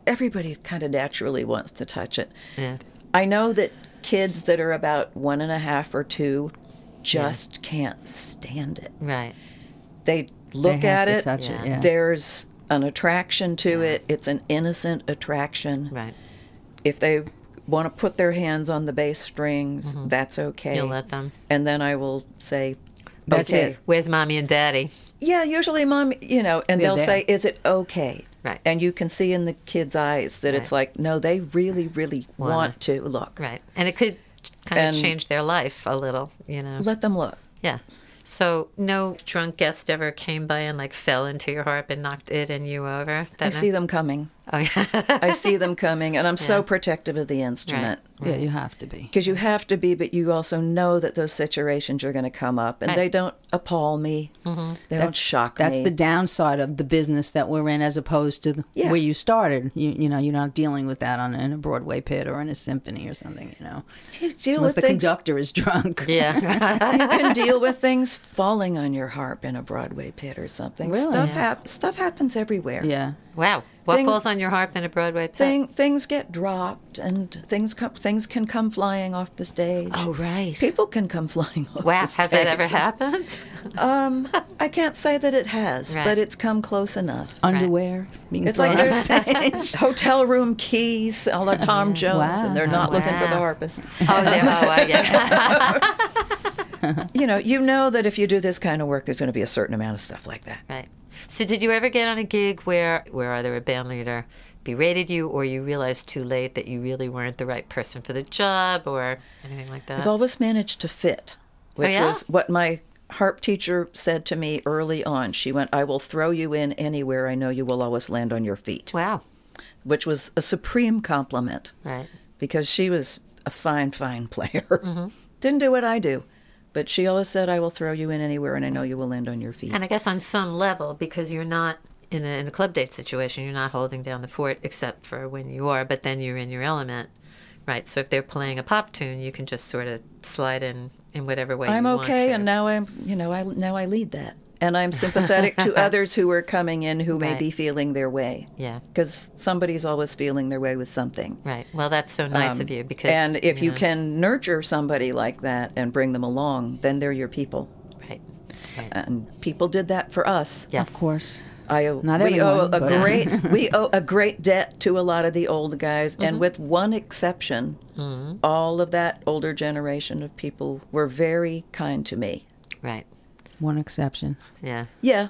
D: everybody kind of naturally wants to touch it.
B: Yeah.
D: I know that kids that are about one and a half or two just can't stand it.
B: Right.
D: They look
C: They have
D: at
C: to
D: it,
C: touch it,
B: Yeah.
C: yeah.
D: there's an attraction to it, it's an innocent attraction.
B: Right.
D: If they want to put their hands on the bass strings,
C: Mm-hmm.
D: that's okay.
B: You'll let them.
D: And then I will say,
C: That's
D: okay.
C: it.
B: Where's mommy and daddy?
D: Yeah, usually mom, you know, and
C: They're
D: they'll
C: there.
D: say, "Is it okay?"
B: Right.
D: And you can see in the kids' eyes that it's like, no, they really, really want to look.
B: Right. And it could kind
D: And-
B: of change their life a little, you know.
D: Let them look.
B: Yeah. So no drunk guest ever came by and like fell into your harp and knocked it and you over.
D: I
B: That
D: see them coming.
B: Oh yeah.
D: I see them coming, and I'm so protective of the instrument
C: Yeah, you have to be.
D: because you have to be, but you also know that those situations are going to come up, and
B: Right.
D: they don't appall me. Mm-hmm. They don't shock
C: That's
D: me.
C: the downside of the business that we're in, as opposed to the,
D: Yeah.
C: where you started. You, you know, you're not dealing with that on in a Broadway pit or in a symphony or something. You know,
D: You deal
C: unless
D: with
C: the
D: things.
C: conductor is drunk.
B: yeah.
D: you can deal with things falling on your harp in a Broadway pit or something.
C: Really?
D: Stuff,
C: Yeah.
D: hap- stuff happens everywhere.
C: yeah.
B: Wow. What
D: Things-
B: falls on your harp in a Broadway pit?
D: thing, things get dropped and things come, things can come flying off the stage.
B: Oh right.
D: People can come flying off
B: Wow,
D: the
B: has
D: stage.
B: that ever happened?
D: Um, I can't say that it has,
B: Right.
D: but it's come close enough.
C: Underwear being
D: It's
C: thrown
D: like
C: on
D: there's-
C: stage.
D: Hotel room keys, a la Tom Jones,
C: Wow.
D: and they're not looking for the
B: Oh, Wow.
D: harpist.
B: Oh, there, oh uh, yeah.
D: You know, you know that if you do this kind of work, there's going to be a certain amount of stuff like that.
B: Right. So, did you ever get on a gig where where either a band leader berated you, or you realized too late that you really weren't the right person for the job, or anything like that?
D: I've always managed to fit, which
B: Oh, yeah?
D: was what my harp teacher said to me early on. She went, "I will throw you in anywhere. I know you will always land on your feet."
B: wow.
D: which was a supreme compliment
B: Right.
D: because she was a fine, fine player.
B: Mm-hmm.
D: Didn't do what I do, but she always said, I will throw you in anywhere and I know you will land on your feet.
B: And I guess on some level, because you're not in a, in a club date situation, you're not holding down the fort except for when you are, but then you're in your element. Right. So, if they're playing a pop tune, you can just sort of slide in in whatever way
D: I'm
B: you want
D: okay,
B: to.
D: and now I'm, you know, I now I lead that, and I'm sympathetic to others who are coming in who may
B: Right.
D: be feeling their way.
B: Yeah.
D: because somebody's always feeling their way with something.
B: Right. Well, that's so nice of you because.
D: Um, and if you
B: know,
D: can nurture somebody like that and bring them along, then they're your people.
B: Right. Right.
D: And people did that for us.
B: yes.
C: Of course.
D: I owe,
C: Not
D: we owe
C: everyone,
D: a
C: but-
D: great we owe a great debt to a lot of the old guys,
B: Mm-hmm.
D: and with one exception, all of that older generation of people were very kind to me.
B: Right.
C: One exception.
B: Yeah.
D: Yeah,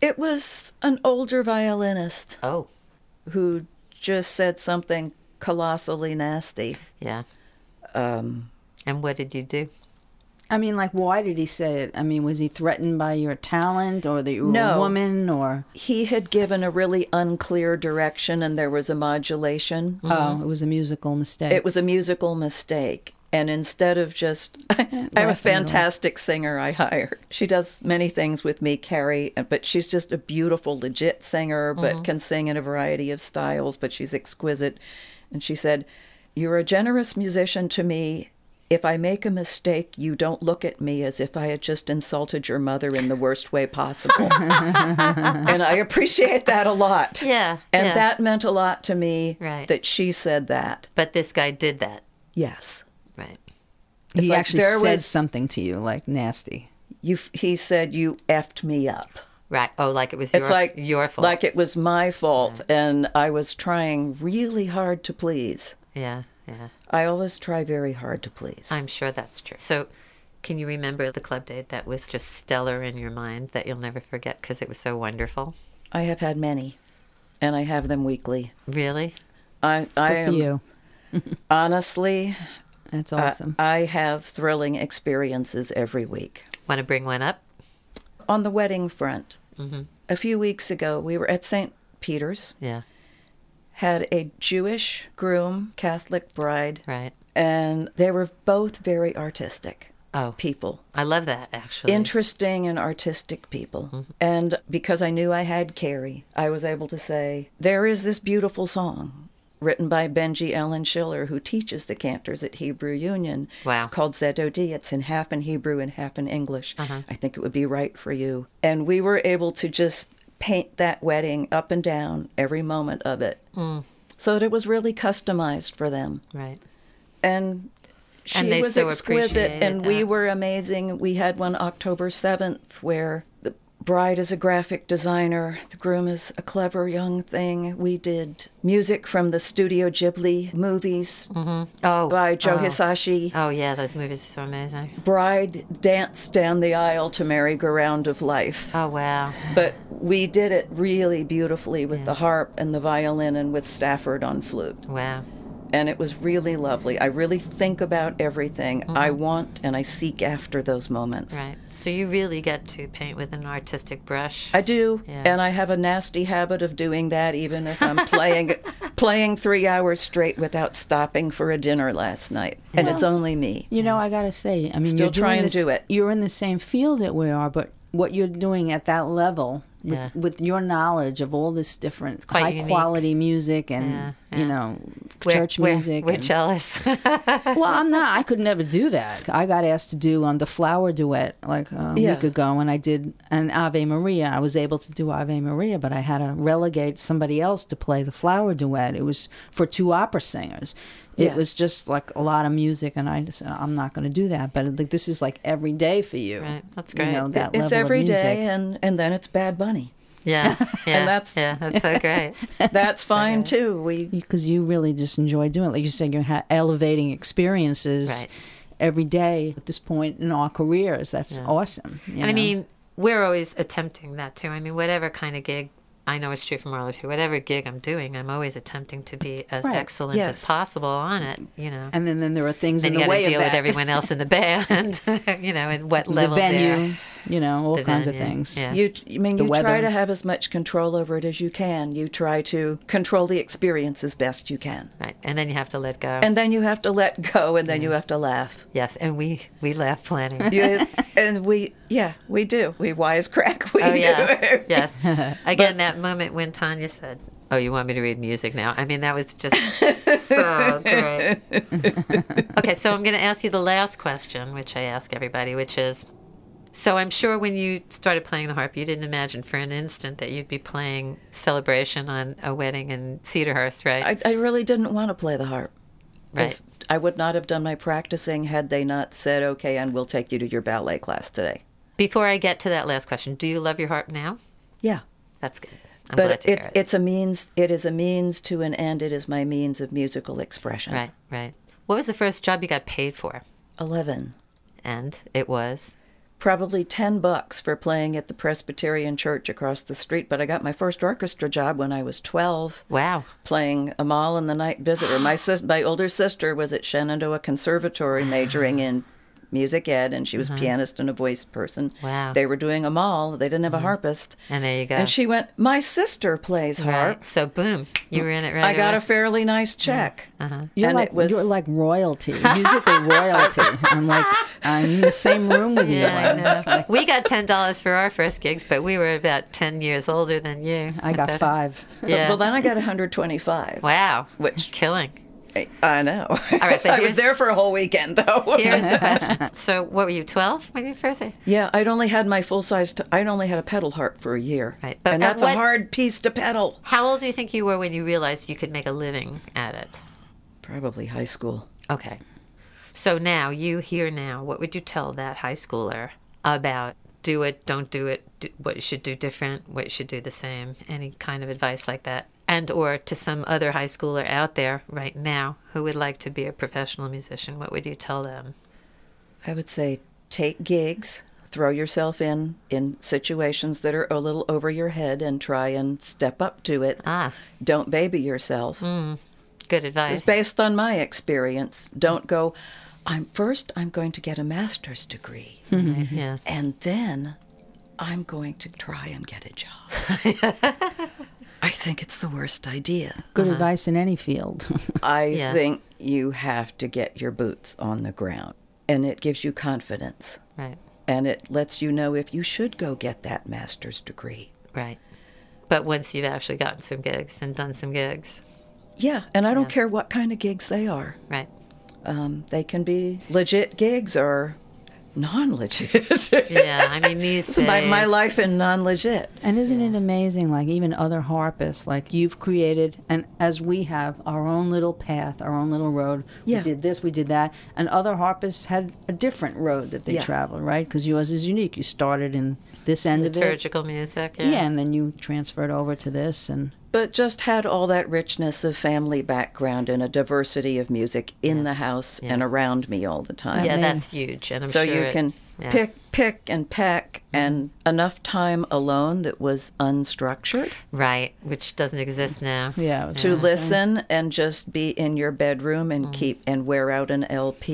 D: it was an older violinist
B: Oh.
D: who just said something colossally nasty.
B: Yeah. Um,
D: Um,
B: and what did you do?
C: I mean, like, why did he say it? I mean, was he threatened by your talent or that you were
D: No.
C: a woman or?
D: He had given a really unclear direction, and there was a modulation.
C: Oh, it was a musical mistake.
D: It was a musical mistake. And instead of just, I'm
C: Laughing it
D: a
C: off.
D: fantastic singer I hired. She does many things with me, Carrie, but she's just a beautiful, legit singer,
B: Mm-hmm.
D: but can sing in a variety of styles, but she's exquisite. And she said, You're a generous musician to me. If I make a mistake, you don't look at me as if I had just insulted your mother in the worst way possible. and I appreciate that a lot.
B: Yeah,
D: And
B: yeah.
D: that meant a lot to me
B: Right.
D: that she said that.
B: But this guy did that,
D: Yes.
B: right?
C: he
D: like
C: actually
D: there
C: said
D: was-
C: something to you, like nasty.
D: You, f- he said, you effed me up.
B: Right. Oh, like it was
D: It's
B: your,
D: like
B: your fault.
D: Like it was my fault, and I was trying really hard to please.
B: yeah, yeah.
D: I always try very hard to please.
B: I'm sure that's true. So, can you remember the club date that was just stellar in your mind that you'll never forget because it was so wonderful?
D: I have had many, and I have them weekly.
B: Really?
D: I, I
C: For
D: am
C: you.
D: honestly,
C: That's
D: I-
C: awesome.
D: I have thrilling experiences every week.
B: Want to bring one up?
D: On the wedding front, a few weeks ago, we were at St. Peter's,
B: Yeah.
D: had a Jewish groom, Catholic bride,
B: Right.
D: and they were both very artistic
B: Oh,
D: people.
B: I love that actually.
D: interesting and artistic people. And because I knew I had Carrie, I was able to say, There is this beautiful song written by Benji Allen Schiller, who teaches the cantors at Hebrew Union.
B: Wow.
D: It's called Zedodi. It's in half in Hebrew and half in English. I think it would be right for you. And we were able to just paint that wedding up and down, every moment of it. So that it was really customized for them
B: right.
D: and she
B: And they
D: was
B: so
D: exquisite
B: appreciated
D: and we
B: that.
D: were amazing we had one october 7th where the bride is a graphic designer the groom is a clever young thing we did music from the studio ghibli movies
B: Oh,
D: by joe
B: oh.
D: hisashi
B: Oh yeah, those movies are so amazing.
D: bride danced down the aisle to merry go round of life
B: Oh wow.
D: but we did it really beautifully with the harp and the violin and with stafford on flute
B: Wow.
D: and it was really lovely. I really think about everything I
C: Mm-hmm.
D: want and I seek after those moments.
B: Right. So you really get to paint with an artistic brush.
D: I do,
B: Yeah.
D: and I have a nasty habit of doing that even if I'm playing playing 3 hours straight without stopping for a dinner last night. And it's only me.
C: You know, I gotta say, I mean,
D: Still
C: you're doing
D: try and
C: this,
D: do it.
C: You're in the same field that we are, but what you're doing at that level with,
B: Yeah.
C: with your knowledge of all this different
B: quite
C: high
B: unique.
C: quality music and
B: Yeah, yeah.
C: you know
B: We're-
C: church
B: we're-
C: music.
B: We're,
C: and-
B: jealous.
C: well, I'm not. I could never do that. I got asked to do um, the flower duet like um, a
D: Yeah.
C: week ago, and I did an Ave Maria. I was able to do Ave Maria, but I had to relegate somebody else to play the flower duet. It was for two opera singers. It
D: Yeah.
C: was just like a lot of music, and I just said, I'm not going to do that. But like this is like every day for you.
B: Right. That's
C: You
B: great.
C: know that
D: It's
C: level
D: every
C: of
D: day,
C: music.
D: and and then it's Bad Bunny.
B: yeah. Yeah.
D: that's-
B: yeah. That's so great.
D: That's fine too. We
C: because you really just enjoy doing it. Like you said, you have elevating experiences
B: Right.
C: every day at this point in our careers. That's awesome. you
B: And I
C: know?
B: mean, we're always attempting that too. I mean, whatever kind of gig, I know it's true from Marla too. Whatever gig I'm doing, I'm always attempting to be as
C: Right.
B: excellent as
D: Yes.
B: possible on it. You know,
C: and then, then there are things
B: then
C: in
B: you
C: the
B: got
C: way
B: to deal
C: of
B: with
C: that.
B: everyone else in the band. you know, and what
C: the
B: level
C: venue,
B: they're.
C: you know, all
B: the
C: kinds of
B: venue,
C: things.
B: yeah.
D: You, I mean,
C: The
D: you
C: weather.
D: try to have as much control over it as you can. You try to control the experience as best you can.
B: Right. And then you have to let go.
D: And then you have to let go and then you have to laugh.
B: yes, and we we laugh planning.
D: yeah, and we yeah we do we wisecrack we
B: Oh
D: do
B: yes,
D: it.
B: yes. Again, that moment when Tanya said, "Oh, you want me to read music now?" I mean, that was just so great. okay, so I'm going to ask you the last question, which I ask everybody, which is: so I'm sure when you started playing the harp, you didn't imagine for an instant that you'd be playing "Celebration" on a wedding in Cedarhurst, right?
D: I, I really didn't want to play the harp
B: right.
D: 'Cause I would not have done my practicing had they not said okay and we'll take you to your ballet class today
B: Before I get to that last question, do you love your harp now?
D: yeah
B: That's good. I'm glad
D: but
B: to
D: it,
B: hear it.
D: it's a means it is a means to an end it is my means of musical expression
B: right, right. What was the first job you got paid for?
D: 11
B: And it was
D: probably 10 bucks for playing at the Presbyterian church across the street but I got my first orchestra job when I was 12
B: wow.
D: playing Amal and the Night Visitor. My sis- my older sister was at Shenandoah Conservatory, majoring in music ed, and she was a pianist and a voice person.
B: Uh-huh. Wow. Mm-hmm.
D: They were doing Amal. They didn't have a harpist.
B: And there you go.
D: And she went, "My sister plays harp."
B: Right. So boom, you were in it right Uh-huh.
D: I got a
B: away.
D: fairly nice check.
C: You're
D: And
C: like
D: it was-
C: you're like royalty, musical royalty. I'm like I'm in the same room with you.
B: yeah, I
C: I'm just
B: know.
C: like,
B: we got ten dollars for our first gigs, but we were about ten years older than you.
C: I got five.
B: Yeah.
D: Well, then I got 125.
B: wow.
D: Which-
B: killing.
D: I- I know. All
B: right, but
D: I
B: here's-
D: was there for a whole weekend, though.
B: Here's the question. So, what were you twelve when you first?
D: Yeah, I'd only had my full size. T- I'd only had a pedal harp for a year,
B: Right, but
D: and
B: at
D: that's
B: what-
D: a hard piece to pedal.
B: How old do you think you were when you realized you could make a living at it?
D: Probably high school.
B: Okay. So now you here now. What would you tell that high schooler about do it, don't do it, do, what you should do different, what you should do the same? Any kind of advice like that? And or to some other high schooler out there right now who would like to be a professional musician, what would you tell them?
D: I would say take gigs, throw yourself in in situations that are a little over your head and try and step up to it.
B: Ah.
D: Don't baby yourself.
B: Good
D: It's
B: advice.
D: based on my experience. Don't go, I'm first I'm going to get a master's degree
B: Mm-hmm. yeah.
D: and then I'm going to try and get a job. I think it's the worst idea.
B: Uh-huh.
C: Good advice in any field.
D: I
B: Yeah.
D: think you have to get your boots on the ground and it gives you confidence.
B: Right.
D: and it lets you know if you should go get that master's degree.
B: Right. But once you've actually gotten some gigs and done some gigs,
D: Yeah, and I don't care what kind of gigs they are.
B: right.
D: Um, they can be legit gigs or non-legit.
B: Yeah, I mean these
D: This is my, my
B: days-
D: life in non-legit.
C: And isn't it amazing? Like even other harpists, like you've created, and as we have our own little path, our own little road.
D: Yeah.
C: We did this, we did that, and other harpists had a different road that they
D: Yeah.
C: traveled, right? Because yours is unique. You started in this end of it,
B: liturgical music.
C: yeah. and then you transferred over to this, and
D: But just had all that richness of family background and a diversity of music in the house and around me all the time.
B: Yeah,
C: mean-
B: that's huge, and I'm
D: So
B: sure
D: you
B: it-
D: can
B: yeah. Mm-hmm.
D: pick, pick, and peck, and enough time alone that was unstructured
B: right, which doesn't exist now.
C: yeah, it was
D: to
C: awesome.
D: listen and just be in your bedroom and keep and wear out an LP.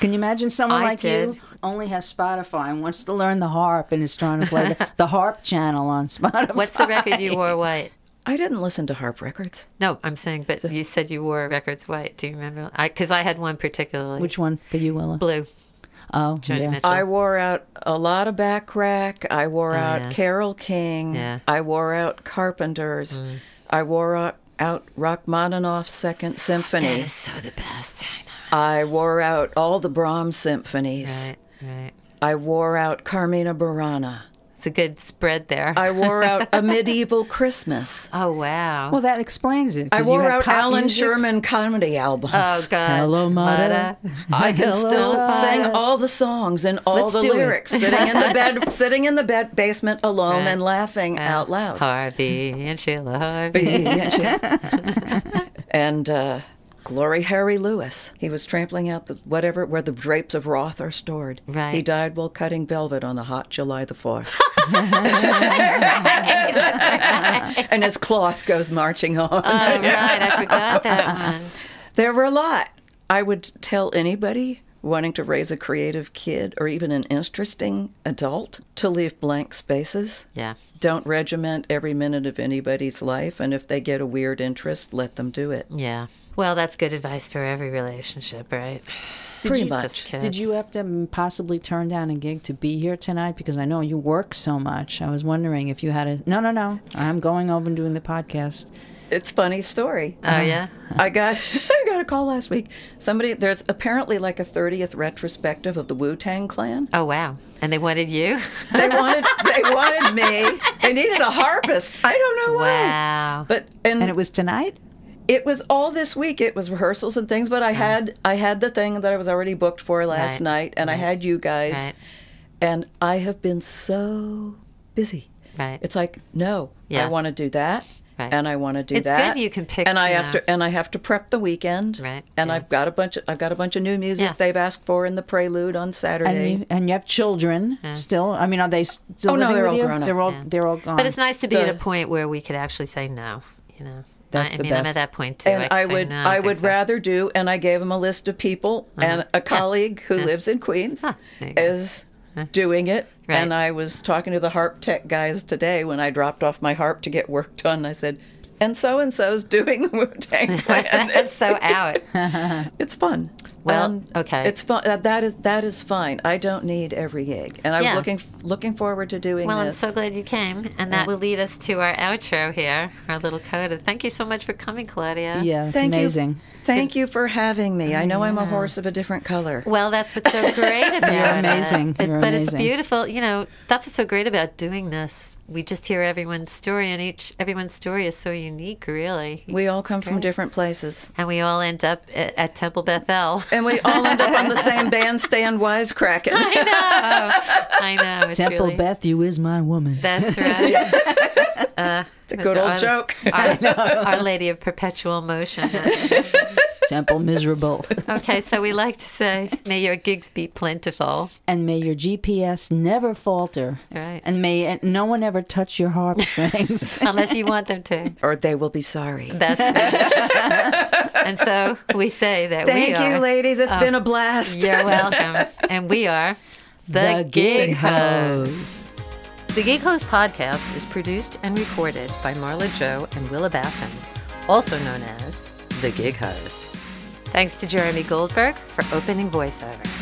C: Can you imagine someone
B: I
C: like
B: did.
C: you only has Spotify and wants to learn the harp and is trying to play the, the harp channel on Spotify?
B: What's the record you wore white?
D: I didn't listen to harp records.
B: No, I'm saying, but you said you wore records white. Do you remember? Because I, had one particularly.
C: Which one for you, Willa?
B: blue?
C: Oh,
B: Joni
C: yeah.
B: Mitchell.
D: I wore out a lot of Backrack. I wore out
B: yeah.
D: Carol King.
B: Yeah.
D: I wore out Carpenters. I wore out, out Rachmaninoff's Second
B: that
D: Symphony.
B: is so the best. I know.
D: I wore out all the Brahms symphonies.
B: Right, right.
D: I wore out Carmina Burana.
B: It's a good spread there.
D: I wore out A Medieval Christmas.
B: oh wow.
C: Well, that explains it.
D: I
C: 'cause you
D: wore
C: had
D: out
C: pop
D: Alan
C: music.
D: Sherman comedy albums.
B: oh god.
C: Hello, Mada.
D: I can
C: Hello,
D: still
C: Mada.
D: sing all the songs and all
C: Let's
D: the
C: do it.
D: lyrics, sitting in the bed, sitting in the bed basement alone
B: Right.
D: and laughing out loud.
B: Harvey and Sheila Harvey.
D: and uh, Glory Harry Lewis. He was trampling out the whatever where the drapes of Roth are stored.
B: Right.
D: He died while cutting velvet on the hot July the fourth. and his cloth goes marching on.
B: Oh right, I forgot that one.
D: There were a lot. I would tell anybody wanting to raise a creative kid or even an interesting adult to leave blank spaces.
B: Yeah.
D: Don't regiment every minute of anybody's life, and if they get a weird interest, let them do it.
B: Yeah. Well, that's good advice for every relationship, right?
D: Pretty
C: you
D: much.
B: Just kids.
C: Did you have to possibly turn down a gig to be here tonight? Because I know you work so much. I was wondering if you had a. No, no, no. I'm going over and doing the podcast.
D: It's a funny story.
B: Oh yeah.
D: I got I got a call last week. Somebody there's apparently like a 30th retrospective of the Wu Tang Clan.
B: Oh wow. And they wanted you.
D: They wanted they wanted me. They needed a harpist. I don't know why.
B: Wow.
D: But
C: And it was tonight?
D: it was all this week it was rehearsals and things but i had i had the thing that i was already booked for last
B: Right,
D: night and i
B: right,
D: had you guys
B: right.
D: and i have been so busy
B: Right.
D: it's like no
B: Yeah.
D: i want to do that
B: Right.
D: and i want to do
B: It's good
D: that
B: you can pick,
D: and i
B: you
D: have
B: know.
D: to and i have to prep the weekend
B: Right,
D: and
B: yeah.
D: i've got a bunch of i've got a bunch of new music
B: Yeah.
D: they've asked for in the prelude on saturday
C: And you, and you have children still? I mean, are they still
D: Oh, no,
C: living
D: they're
C: with
D: all
C: you?
D: grown up.
C: They're all,
B: Yeah.
C: they're all gone.
B: But it's nice to be at a
D: The-
B: point where we could actually say no. You know,
C: That's
B: I, I
C: the
B: mean, I'm
C: best.
B: at that point too.
D: and
B: I,
D: I,
B: could say,
D: would
B: "No,
D: I
B: don't
D: would
B: think so." Uh-huh.
D: rather do and I gave him a list of people and a colleague who lives in Queens
B: there you go.
D: is doing it
B: Right.
D: and I was talking to the harp tech guys today when I dropped off my harp to get work done I said and so and so's doing the Wu Tang Clan
B: That's so out.
D: it's fun
B: Well, okay.
D: it's fun uh, that is that is fine I don't need every gig and I
B: Yeah.
D: was looking looking forward to doing
B: Well, I'm
D: this
B: so glad you came, and that will lead us to our outro here, our little coda. Thank you so much for coming, Claudia.
C: yeah, it's
D: thank
C: amazing.
D: you thank you for having me I know I'm a horse of a different color
B: Well, that's what's so great about
C: You're
B: it.
C: amazing.
B: But,
C: You're
B: but
C: amazing.
B: it's beautiful. You know, that's what's so great about doing this. We just hear everyone's story, and each everyone's story is so unique, really.
D: we all
B: It's
D: come from
B: great.
D: different places
B: and we all end up at, at Temple Bethel.
D: and we all end up on the same bandstand wisecracking.
B: I know. It's
C: Temple
B: really,
C: Beth, you is my woman.
B: That's right.
D: It's a good old joke.
B: Our, Our Lady of Perpetual Motion.
C: Temple miserable.
B: Okay, so we like to say, may your gigs be plentiful.
C: and may your GPS never falter.
B: Right.
C: And may no one ever touch your harp strings.
B: Unless you want them to.
D: Or they will be sorry.
B: That's And so we say that we
D: Thank
B: are.
D: you, ladies. It's been a blast.
B: You're welcome. And we are the,
C: hose.
B: The Gig Host podcast is produced and recorded by Marla Joe and Willa Basson, also known as The Gig Host. Thanks to Jeremy Goldberg for opening voiceover.